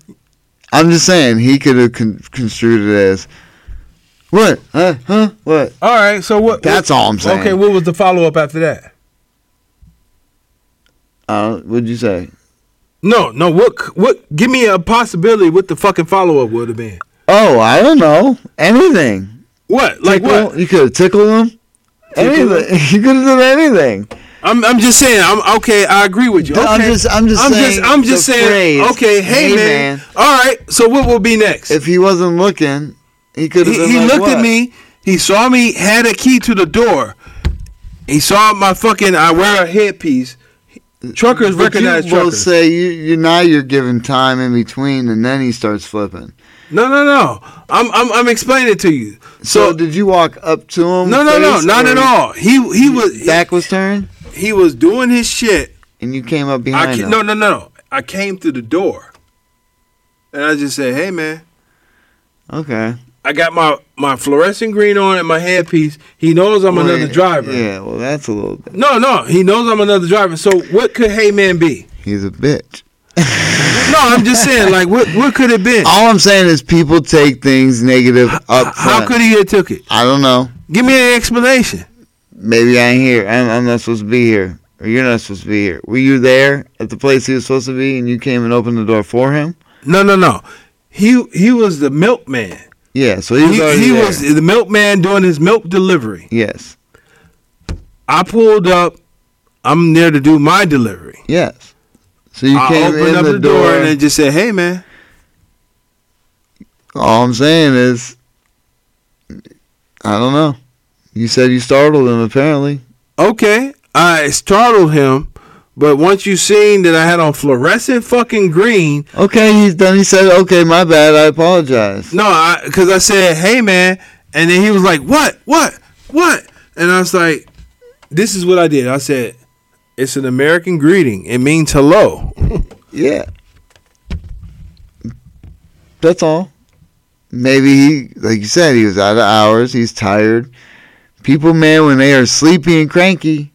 C: I'm just saying he could have con- construed it as, "What? Huh? Huh? What?"
E: All right, so what?
C: That's all I'm saying.
E: Okay, what was the follow up after that?
C: Uh, what'd you say?
E: No, no. What? What? Give me a possibility. What the fucking follow up would have been?
C: Oh, I don't know. Anything.
E: What? Like
C: Tickle-
E: what?
C: You could have tickled him.
E: Tickled
C: Anything. *laughs* You could have done anything.
E: I'm I'm just saying. I'm okay. I agree with you. Okay.
C: I'm just- I'm just saying
E: I'm just
C: the
E: saying.
C: phrase,
E: okay. Hey,
C: "Hey,
E: man.
C: man."
E: All right. So what will be next?
C: If he wasn't looking, he could have.
E: he,
C: been
E: he
C: like,
E: looked
C: "What?"
E: at me. He saw me. Had a key to the door. He saw my fucking. I wear a headpiece. Truckers
C: But
E: recognize
C: you will
E: truckers.
C: say you, you now you're giving time in between, and then he starts flipping.
E: no, no, no. I'm I'm I'm explaining it to you.
C: So,
E: So,
C: did you walk up to him?
E: no, no, no,
C: face,
E: not
C: or
E: at all. He he was
C: Back was turned,
E: he was doing his shit.
C: and you came up
E: I
C: behind
E: ca-
C: him.
E: no, no, no. I came through the door, and I just said, "Hey, man,
C: Okay.
E: I got my my fluorescent green on and my headpiece. He knows I'm
C: Well,
E: another driver.
C: Yeah. Well, that's a little.
E: No, no, he knows I'm another driver. So what could Hey Man be?
C: He's a bitch.
E: No, I'm just saying, like, what what could it be?
C: All I'm saying is people take things negative up front.
E: How could he have took it?
C: I don't know.
E: Give me an explanation.
C: Maybe I ain't here. I'm, I'm not supposed to be here. Or you're not supposed to be here. Were you there at the place he was supposed to be, and you came and opened the door for him?
E: No, no, no. He he was the milkman.
C: Yeah. So he was
E: He,
C: already
E: he
C: there.
E: was the milkman doing his milk delivery.
C: Yes.
E: I pulled up. I'm there to do my delivery.
C: Yes. So you
E: I
C: came in
E: opened up
C: the,
E: the
C: door.
E: door and then just said, "Hey, man."
C: All I'm saying is, I don't know. You said you startled him. Apparently,
E: Okay, I startled him, but once you seen that I had on fluorescent fucking green,
C: okay. He's done. He said, "Okay, my bad. I apologize."
E: no, I because I said, "Hey, man," and then he was like, "What? What? What?" And I was like, "This is what I did." I said, "It's an American greeting. It means hello." *laughs*
C: Yeah. That's all. Maybe he, like you said, he was out of hours. He's tired. People, man, when they are sleepy and cranky,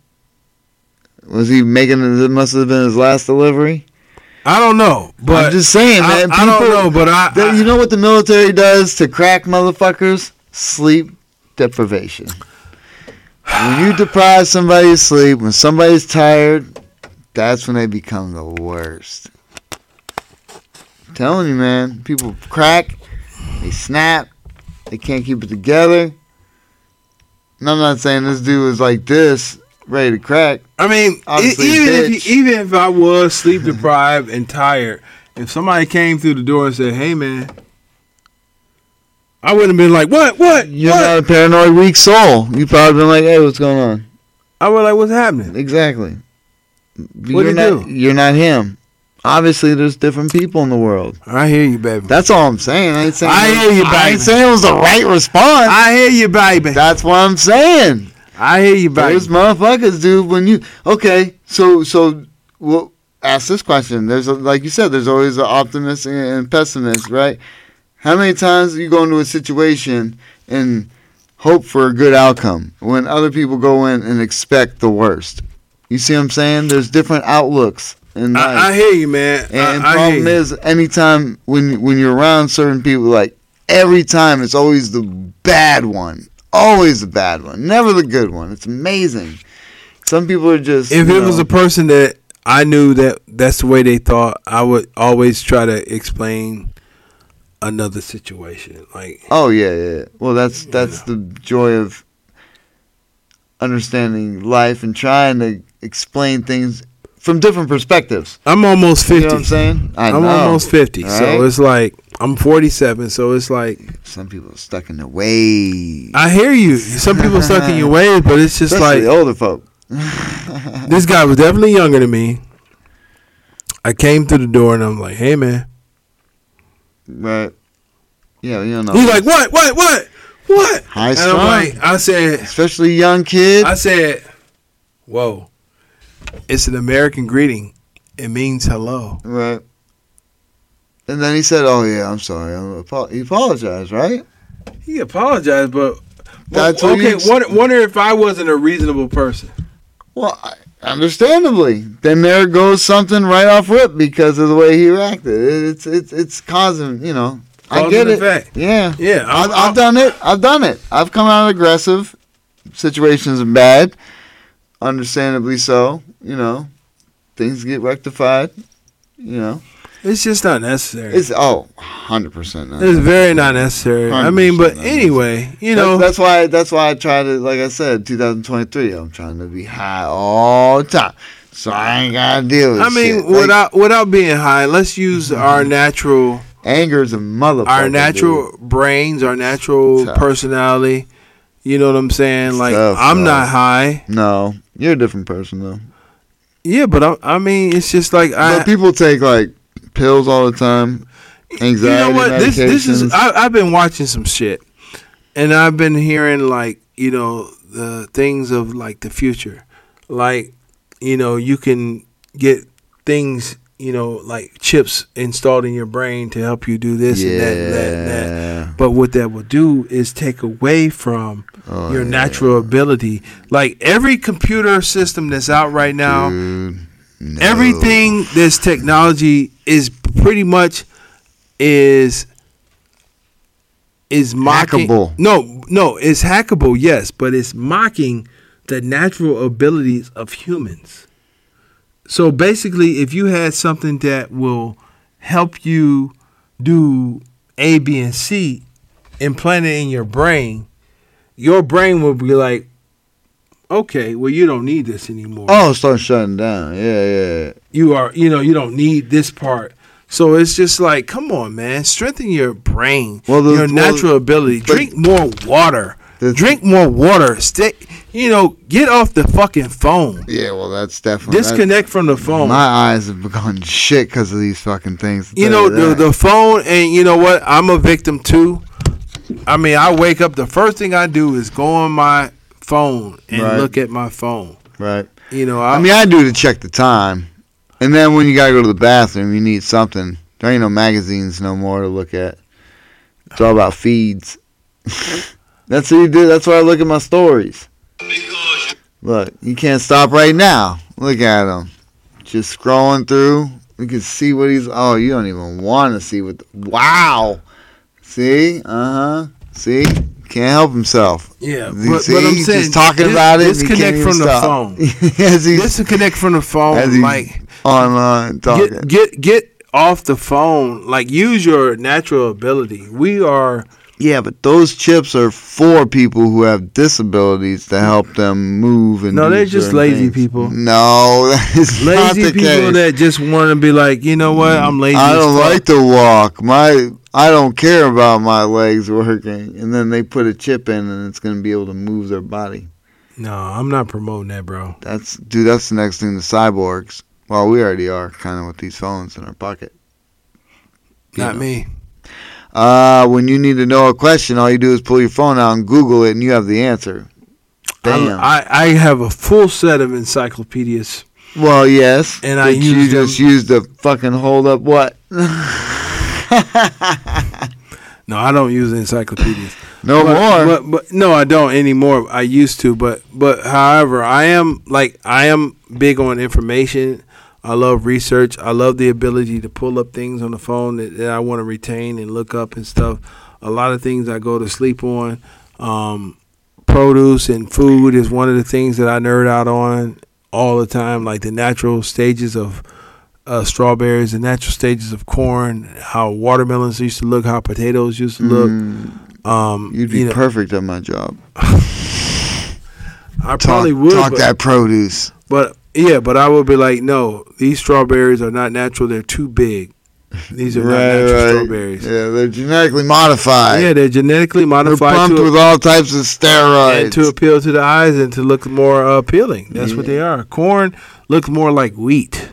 C: was he making? It must have been his last delivery.
E: I don't know, but
C: I'm just saying,
E: I-
C: man.
E: I don't know, but I-
C: Th-
E: I-
C: you know what the military does to crack motherfuckers? Sleep deprivation. when you deprive somebody of sleep, when somebody's tired, That's when they become the worst. I'm telling you, man. People crack, they snap, they can't keep it together. And I'm not saying this dude was like this, ready to crack.
E: I mean, e-
C: Obviously,
E: even
C: bitch.
E: if, even if I was
C: *laughs*
E: sleep deprived and tired, if somebody came through the door and said, "Hey, man," I wouldn't have been like, "What? What?
C: You're
E: what?"
C: not a paranoid, weak soul. You probably been like, hey, what's going on?
E: I was like, "What's
C: *laughs*
E: happening?"
C: Exactly.
E: What'd
C: you're
E: he
C: not,
E: do?
C: You're not him. Obviously, there's different people in the world.
E: I hear you, baby.
C: That's all I'm saying. I ain't saying.
E: I hear you,
C: I
E: baby.
C: ain't saying it was the right response.
E: I hear you, baby.
C: That's what I'm saying.
E: I hear you, baby.
C: Those motherfuckers, dude. When you okay, so so well, ask this question. There's a, like you said, there's always an optimist and, and pessimist, right? How many times you go into a situation and hope for a good outcome when other people go in and expect the worst? You see what I'm saying? There's different outlooks in life.
E: I, I hear you, man.
C: And
E: I, I hear
C: problem
E: you.
C: is, anytime when when you're around certain people, like every time, it's always the bad one, always the bad one, never the good one. It's amazing. Some people are just.
E: if
C: you
E: it was
C: know,
E: a person that I knew that that's the way they thought, I would always try to explain another situation. Like,
C: oh yeah, yeah. Well, that's that's the joy of understanding life and trying to explain things from different perspectives.
E: I'm almost
C: You
E: fifty.
C: know what I'm saying? I
E: I'm
C: know.
E: almost 50.
C: right?
E: So it's like, I'm 47. So it's like,
C: Some people are stuck in their ways.
E: I hear you. Some people stuck
C: *laughs*
E: in your ways, but it's just
C: Especially
E: like,
C: older folk. *laughs*
E: this guy was definitely younger than me. I came through the door and I'm like, hey, man.
C: Right. Yeah, you don't know.
E: He's like, what, what, what, what?
C: High
E: and
C: strung.
E: I'm like, I said,
C: especially young kids.
E: I said, whoa, it's an American greeting. It means hello.
C: right. And then he said, "Oh yeah, I'm sorry." I'm apo- he apologized, right?
E: He apologized, but
C: That's what
E: okay.
C: you-
E: wonder, wonder if I wasn't a reasonable person.
C: Well, I, understandably. Then there goes something right off rip because of the way he reacted. It- It's it's it's causing, you know. I
E: Cause
C: get
E: and
C: it.
E: effect. Oh,
C: Yeah.
E: Yeah,
C: I've,
E: I'll-
C: I've done it. I've done it. I've come out aggressive. Situations are bad, understandably so. You know, things get rectified. You know,
E: It's just not necessary. It's,
C: it's oh, 100 percent.
E: very not necessary. I mean, but
C: 100%
E: anyway, you know,
C: that's, that's why. That's why I try to, like I said, 2023. I'm trying to be high all the time, so I ain't gotta deal with.
E: I mean,
C: shit. like,
E: without without being high, let's use our natural,
C: anger's a motherfucker.
E: our
C: dude.
E: natural brains, our natural
C: Tough.
E: personality. You know what I'm saying? Like,
C: Tough,
E: I'm
C: dog.
E: not high.
C: No, you're a different person though.
E: Yeah, but I, I mean, it's just like I.
C: but people take like pills all the time. Anxiety.
E: you know what? This this is
C: medications.
E: I, I've been watching some shit, and I've been hearing like you know the things of like the future, like you know you can get things you know like chips installed in your brain to help you do this and that, and that and that.
C: Yeah.
E: But what that will do is take away from
C: Oh,
E: your
C: yeah.
E: natural ability. Like every computer system that's out right now,
C: Dude, no.
E: everything this technology is pretty much is is mocking
C: Hackable.
E: no no it's hackable yes but it's mocking the natural abilities of humans so basically if you had something that will help you do a b and c implanted in your brain your brain will be like okay well you don't need this anymore
C: Oh, start shutting down. Yeah, yeah. yeah.
E: you are you know you don't need this part so it's just like come on man strengthen your brain
C: Well, the-
E: your
C: well,
E: natural ability
C: but-
E: drink more water
C: The-
E: drink more water stay you know get off the fucking phone
C: Yeah, well, that's definitely that's-
E: disconnect from the phone
C: My eyes have gone *laughs* shit because of these fucking things. I'll
E: you
C: tell
E: know the,
C: that.
E: the phone and you know what i'm a victim too i mean i wake up the first thing i do is go on my phone and
C: Right.
E: look at my phone
C: right.
E: you know
C: I mean, I do to check the time, and then when you gotta go to the bathroom, you need something. There ain't no magazines no more to look at. It's all about feeds. *laughs* That's what you do. That's why I look at my stories. Look, you can't stop right now. Look at him, just scrolling through. You can see what he's. Oh, you don't even want to see what. The, wow. See? Uh huh. See? Can't help himself.
E: Yeah,
C: You
E: but,
C: see,
E: but I'm
C: he's
E: saying
C: just talking
E: dis-
C: about it. and he
E: Disconnect
C: can't
E: from
C: even
E: the
C: stop. *laughs*
E: phone.
C: as he's
E: Disconnect from the
C: as
E: phone.
C: he's
E: Like
C: online talking.
E: get get get off the phone. Like use your natural ability. We are
C: yeah, but those chips are for people who have disabilities to help them move and.
E: No,
C: do
E: they're just
C: certain
E: lazy
C: things.
E: people.
C: No, *laughs* that is not
E: lazy
C: the
E: people
C: case.
E: that just want to be like, you know what? I'm lazy.
C: I
E: as
C: don't
E: fuck."
C: like to walk. My I don't care about my legs working. And then they put a chip in, and it's going to be able to move their body.
E: No, I'm not promoting that, bro.
C: That's dude. That's the next thing. The cyborgs. Well, we already are kind of with these phones in our pocket.
E: Not
C: Yeah.
E: me.
C: Uh, when you need to know a question, all you do is pull your phone out and Google it, and you have the answer. Damn.
E: I, I I have a full set of encyclopedias.
C: well, yes.
E: And I
C: but you
E: use them-
C: just used the fucking hold up what?
E: No, I don't use encyclopedias.
C: No
E: but,
C: more.
E: But, but no, I don't anymore. I used to, but but however, I am like I am big on information. I love research. I love the ability to pull up things on the phone that, that I want to retain and look up and stuff. A lot of things I go to sleep on. Um, produce and food is one of the things that I nerd out on all the time. Like the natural stages of uh, strawberries, the natural stages of corn, how watermelons used to look, how potatoes used to look.
C: Mm.
E: Um,
C: You'd be
E: you know,
C: perfect at my job.
E: I
C: Talk,
E: probably would,
C: talk
E: but,
C: that produce.
E: but yeah, but I would be like, no, these strawberries are not natural. They're too big. These are not natural strawberries.
C: Yeah, they're genetically modified.
E: Yeah, they're genetically
C: they're
E: modified
C: pumped
E: to,
C: with all types of
E: and
C: steroids.
E: to appeal to the eyes and to look more uh, appealing. That's what
C: Yeah.
E: they are. Corn looked more like wheat.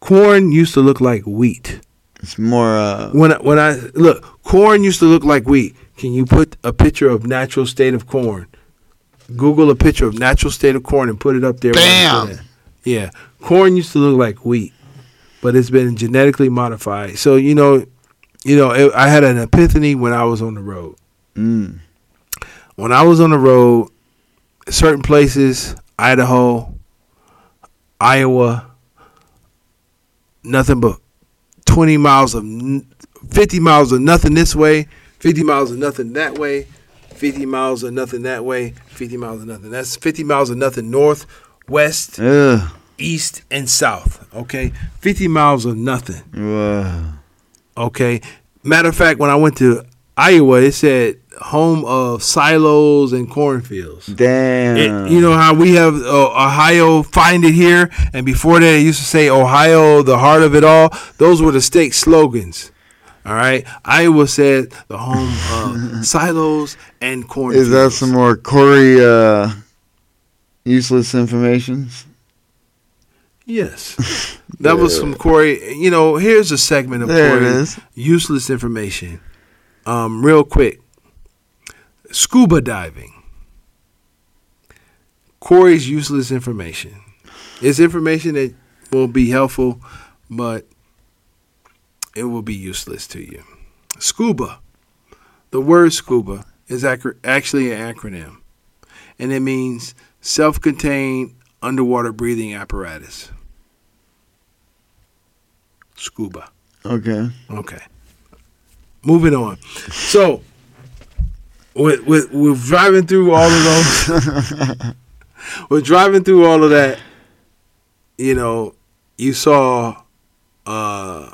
E: Corn used to look like wheat.
C: it's more. Uh,
E: when I- when I look, corn used to look like wheat. Can you put a picture of natural state of corn? Google a picture of natural state of corn and put it up there. right
C: Bam.
E: there. Yeah, corn used to look like wheat, but it's been genetically modified. So you know, you know, it, I had an epiphany when I was on the road.
C: mm,
E: When I was on the road, certain places, Idaho, Iowa, nothing but 20 miles of n- 50 miles of nothing this way, 50 miles of nothing that way, 50 miles of nothing that way, 50 miles of nothing. That's 50 miles of nothing north, west,
C: ugh,
E: east, and south. Okay. 50 miles of nothing.
C: ugh.
E: Okay. Matter of fact, when I went to Iowa, it said home of silos and cornfields.
C: Damn.
E: It, you know how we have uh, Ohio find it here, and before that it used to say Ohio, the heart of it all. Those were the state slogans. All right, Iowa said the home
C: *laughs*
E: of silos and cornfields.
C: Is that some more Corey uh, useless information?
E: Yes, that was from Corey. You know, here's a segment of
C: There it
E: Corey.
C: is.
E: Useless information. Um, real quick, scuba diving. Corey's useless information. It's information that will be helpful, but it will be useless to you. Scuba. The word scuba is acro- actually an acronym, and it means self contained underwater breathing apparatus. Scuba.
C: Okay. *laughs*
E: Okay. Moving on. So, with, with, we're driving through all of
C: *laughs*
E: those. we're driving through all of that. You know, you saw uh,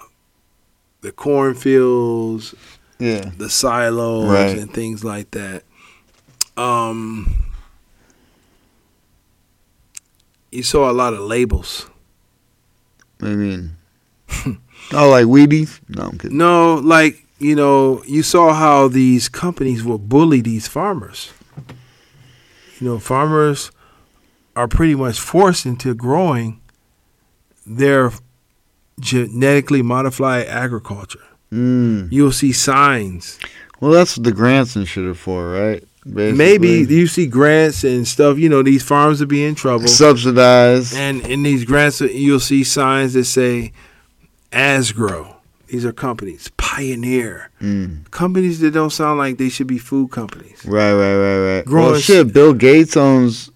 E: the cornfields,
C: Yeah.
E: the silos,
C: Right.
E: and things like that. Um, you saw a lot of labels.
C: I mean, oh, like Wheaties? No, I'm kidding.
E: No, like you know, you saw how these companies will bully these farmers. You know, farmers are pretty much forced into growing their genetically modified agriculture.
C: Mm.
E: You'll see signs.
C: Well, that's what the grants and shit are for, right? Basically.
E: Maybe you see grants and stuff. You know, these farms will be in trouble.
C: subsidized.
E: And in these grants, you'll see signs that say Asgrow. These are companies. Pioneer.
C: Mm.
E: Companies that don't sound like they should be food companies.
C: Right, right, right, right.
E: Growing
C: Well, shit, Bill Gates owns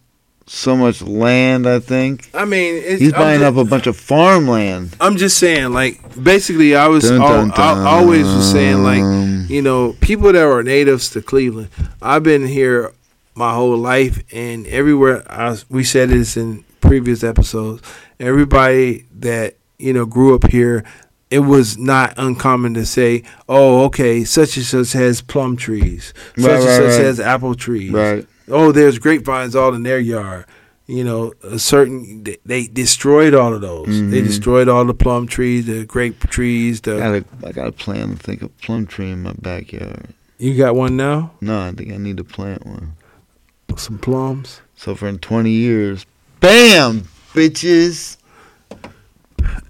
C: so much land. I think
E: I mean, it's,
C: he's
E: I'm
C: buying
E: ju-
C: up a bunch of farmland.
E: I'm just saying, like, basically, I was
C: Dun, dun,
E: al- I,
C: dun.
E: always was saying, like, you know, people that are natives to Cleveland. I've been here my whole life, and everywhere I s- we said this in previous episodes. Everybody that you know grew up here, it was not uncommon to say, "Oh, okay, such and such has plum trees, such
C: Right,
E: and
C: right,
E: such
C: right.
E: has apple trees."
C: Right.
E: Oh, there's grapevines all in their yard. You know, a certain they, they destroyed all of those. They destroyed all the plum trees, the grape trees. The
C: I got a, I got a plan to think of plum tree in my backyard.
E: you got one now,
C: No, I think I need to plant one.
E: some plums.
C: So for in 20 years, bam, bitches.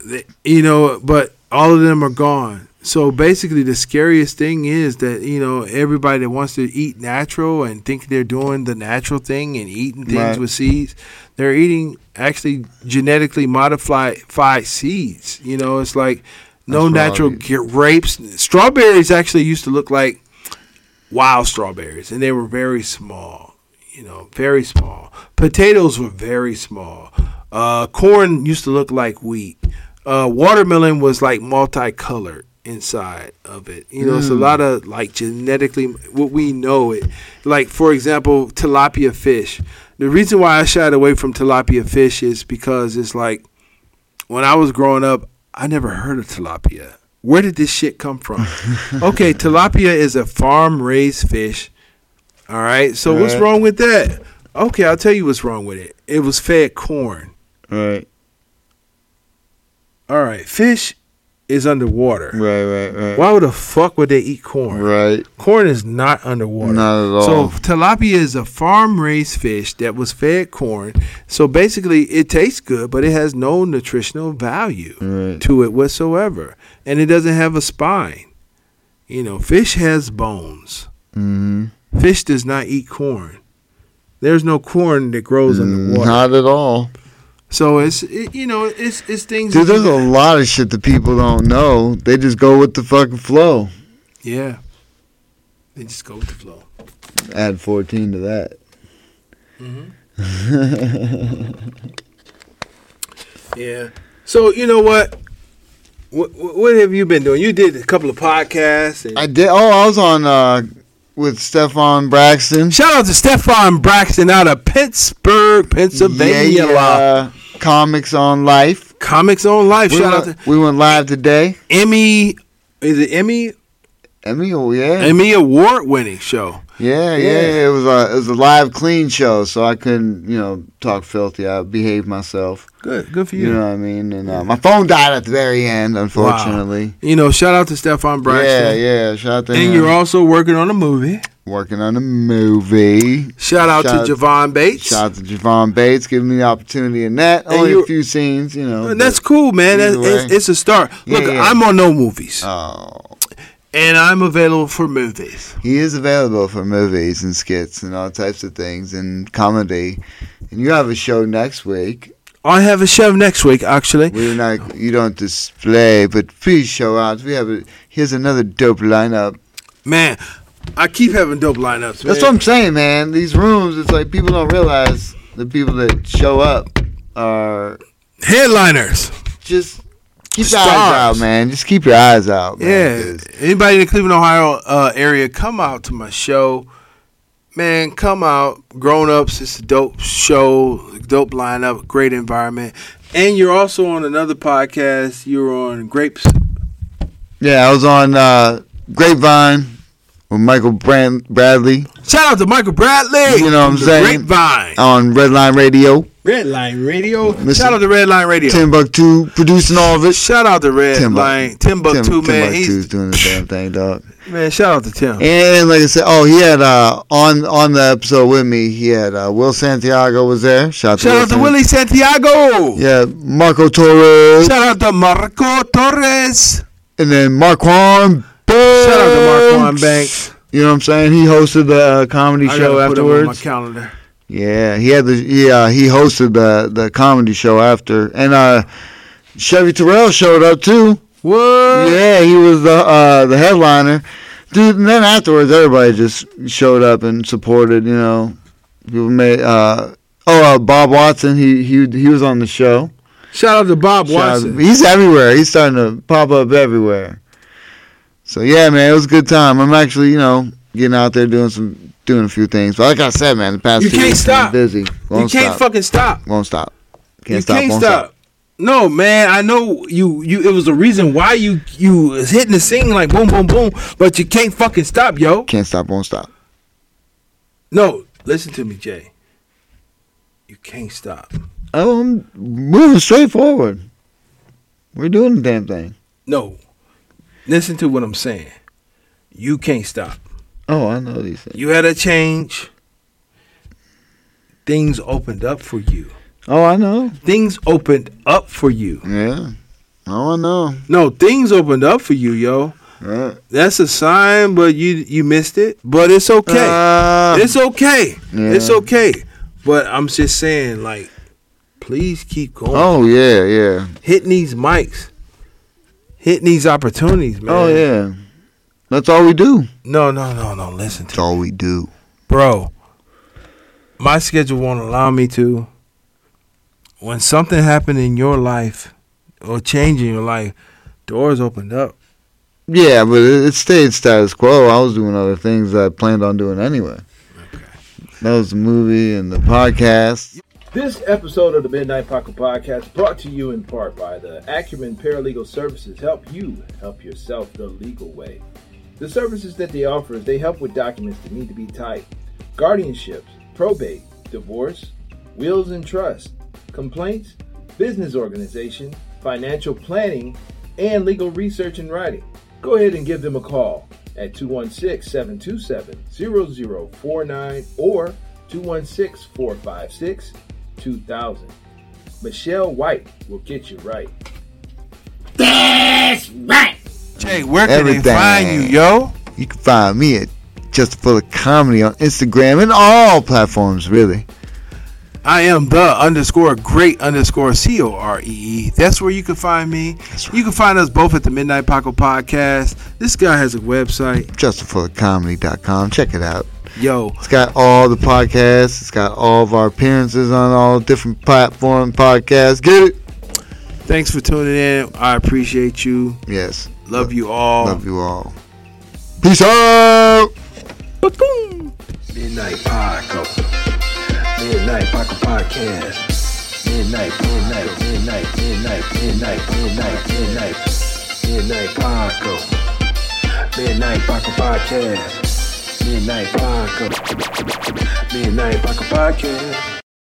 E: They- You know, but all of them are gone. So basically, the scariest thing is that you know everybody that wants to eat natural and think they're doing the natural thing and eating things
C: Right.
E: with seeds, they're eating actually genetically modified fied seeds. You know, it's like no
C: That's
E: natural
C: wrong.
E: gra- grapes. Strawberries actually used to look like wild strawberries, and they were very small. You know, very small. Potatoes were very small. Uh, corn used to look like wheat. Uh, watermelon was like multicolored inside of it. You know, it's a lot of like genetically what we know it. Like for example, tilapia fish. The reason why I shied away from tilapia fish is because it's like when I was growing up, I never heard of tilapia. Where did this shit come from?
C: *laughs*
E: okay, tilapia is a farm raised fish. All right, so what's
C: Right.
E: wrong with that? Okay, I'll tell you what's wrong with it. It was fed corn.
C: Right,
E: All right, fish is underwater.
C: right, right, right.
E: Why would the fuck would they eat corn?
C: Right.
E: Corn is not underwater.
C: Not at all.
E: So tilapia is a farm-raised fish that was fed corn. So basically, it tastes good, but it has no nutritional value
C: Right.
E: to it whatsoever, and it doesn't have a spine. You know, fish has bones.
C: Mm-hmm.
E: Fish does not eat corn. There's no corn that grows underwater.
C: Mm-hmm. Not at all.
E: So it's it, you know it's it's things.
C: Dude, there's a lot of shit that people don't know. They just go with the fucking flow.
E: yeah. They just go with the flow.
C: Add 14 to that.
E: Yeah. So you know what? What, what have you been doing? You did a couple of podcasts. And
C: I did. Oh, I was on uh, with Stefan Braxton.
E: Shout out to Stefan Braxton out of Pittsburgh, Pennsylvania.
C: yeah. Comics on Life.
E: Comics on Life.
C: We
E: Shout out
C: went,
E: to
C: we went live today.
E: Emmy. Is it Emmy?
C: Emmy, oh yeah.
E: Emmy award winning show.
C: Yeah, yeah,
E: Yeah.
C: It was a it was a live clean show, so I couldn't you know talk filthy. I behaved myself.
E: Good, good for
C: You know what I mean? And uh, my phone died at the very end, unfortunately.
E: You know, shout out to Stefan
C: Yeah,
E: Braxton.
C: yeah. Shout out to
E: And
C: him.
E: you're also working on a movie.
C: working on a movie.
E: Shout out
C: Shout-
E: to Javon Bates.
C: Shout out to Javon Bates giving me the opportunity in that.
E: And
C: Only
E: you-
C: a few scenes, you know.
E: And that's
C: but-
E: cool, man.
C: Either
E: That's, it's,
C: way.
E: it's a start.
C: Yeah,
E: Look,
C: yeah.
E: I'm on no movies,
C: Oh,
E: and I'm available for movies.
C: he is available for movies and skits and all types of things and comedy. And you have a show next week.
E: I have a show next week, actually.
C: We're not, you don't display, but please show out. We have a, here's another dope lineup.
E: Man, I keep having dope lineups.
C: That's what
E: man.
C: I'm saying, man. These rooms, it's like people don't realize the people that show up are
E: Headliners.
C: just keep your
E: Stars.
C: eyes out, man. Just keep your eyes out, man.
E: Yeah.
C: 'cause-
E: Anybody in the Cleveland, Ohio uh, area, come out to my show. Man, come out. Grown ups, it's a dope show, dope lineup, great environment. And you're also on another podcast. You're on Grapes.
C: Yeah, I was on uh, Grapevine with Michael Brand- Bradley
E: Shout out to Michael Bradley.
C: You know what I'm
E: from the
C: saying?
E: Grapevine.
C: on Red Line Radio.
E: Red Line Radio.
C: Listen.
E: Shout out to Red Line Radio.
C: Timbuktu producing all of it.
E: Shout out to Red
C: Timbuk-
E: Line. Timbuktu,
C: Tim-
E: man.
C: Timbuktu's
E: *laughs*
C: doing the damn thing, dog.
E: He's, man, shout out to Tim.
C: And like I said, oh, he had uh, on on the episode with me. He had uh, Will Santiago was there. Shout,
E: Shout out to
C: San-
E: Willie Santiago.
C: Yeah, Marco Torres,
E: Shout out to Marco Torres.
C: and then Marquand. Banks.
E: Shout out to Marquand Banks.
C: You know what I'm saying? He hosted the uh, comedy show
E: gotta put him on my
C: afterwards.
E: calendar.
C: Yeah, he had the yeah he hosted the the comedy show after, and uh, Chevy Terrell showed up too.
E: What?
C: Yeah, he was the uh, the headliner, dude. And then afterwards, everybody just showed up and supported. You know, people made uh, Oh, uh, Bob Watson. He he he was on the show.
E: Shout out to Bob
C: Shout
E: Watson.
C: out- He's everywhere. He's starting to pop up everywhere. So yeah, man, it was a good time. I'm actually, you know, getting out there doing some doing a few things. But like I said, man, the past
E: You
C: two
E: can't
C: weeks been
E: stop.
C: busy. Won't
E: you can't
C: stop.
E: fucking stop.
C: Won't stop. Can't
E: you
C: stop.
E: can't
C: won't
E: stop. No, man, I know you. You. It was a reason why you you was hitting the scene like boom, boom, boom. But you can't fucking stop, yo.
C: Can't stop. Won't stop.
E: No, listen to me, Jay. You can't stop.
C: Oh, I'm moving straight forward. We're doing the damn thing.
E: No, listen to what I'm saying. You can't stop.
C: Oh, I know these things.
E: You had a change. Things opened up for you.
C: Oh, I know.
E: Things opened up for you.
C: Yeah. Oh, I know.
E: No, things opened up for you, yo.
C: Yeah.
E: That's a sign, but you you missed it. But it's okay.
C: Uh,
E: it's okay.
C: Yeah.
E: It's okay. But I'm just saying, like, please keep going.
C: oh yeah, yeah.
E: Hitting these mics. Hitting these opportunities, man.
C: Oh yeah. That's all we do.
E: No, no, no, no. Listen to
C: That's all we do.
E: Bro, my schedule won't allow me to. When something happened in your life or change in your life, doors opened up.
C: Yeah, but it, it stayed status quo. I was doing other things that I planned on doing anyway. That was the movie and the podcast.
F: This episode of the Midnight Pocket Podcast brought to you in part by the Acumen Paralegal Services help you help yourself the legal way. The services that they offer is they help with documents that need to be typed, guardianships, probate, divorce, wills and trust, complaints, business organization, financial planning, and legal research and writing. Go ahead and give them a call at 216 727 0049 or 216 456 2000. Michelle White will get you right.
E: Jay, where can
C: can they
E: they
C: Everything.
E: find
C: find
E: you,
C: you,
E: yo?
C: You can find me at Just Full of Comedy on Instagram and all platforms, really.
E: I am the underscore great underscore C O R E E. That's where you can find me. You can find us both at the Midnight Paco Podcast. This guy has a website.
C: JustFullofComedy.com. Check it out.
E: Yo,
C: It's got all the podcasts. It's got all of our appearances on all different platform podcasts. Get it?
E: thanks for tuning in. I appreciate you.
C: Yes.
E: Love you all.
C: Love you all. Peace out.
A: Midnight Paco. Midnight Paco Podcast. Midnight, midnight, midnight, midnight, midnight, midnight, midnight. Midnight Paco. Midnight Paco Podcast. Midnight Paco. Midnight Paco Podcast.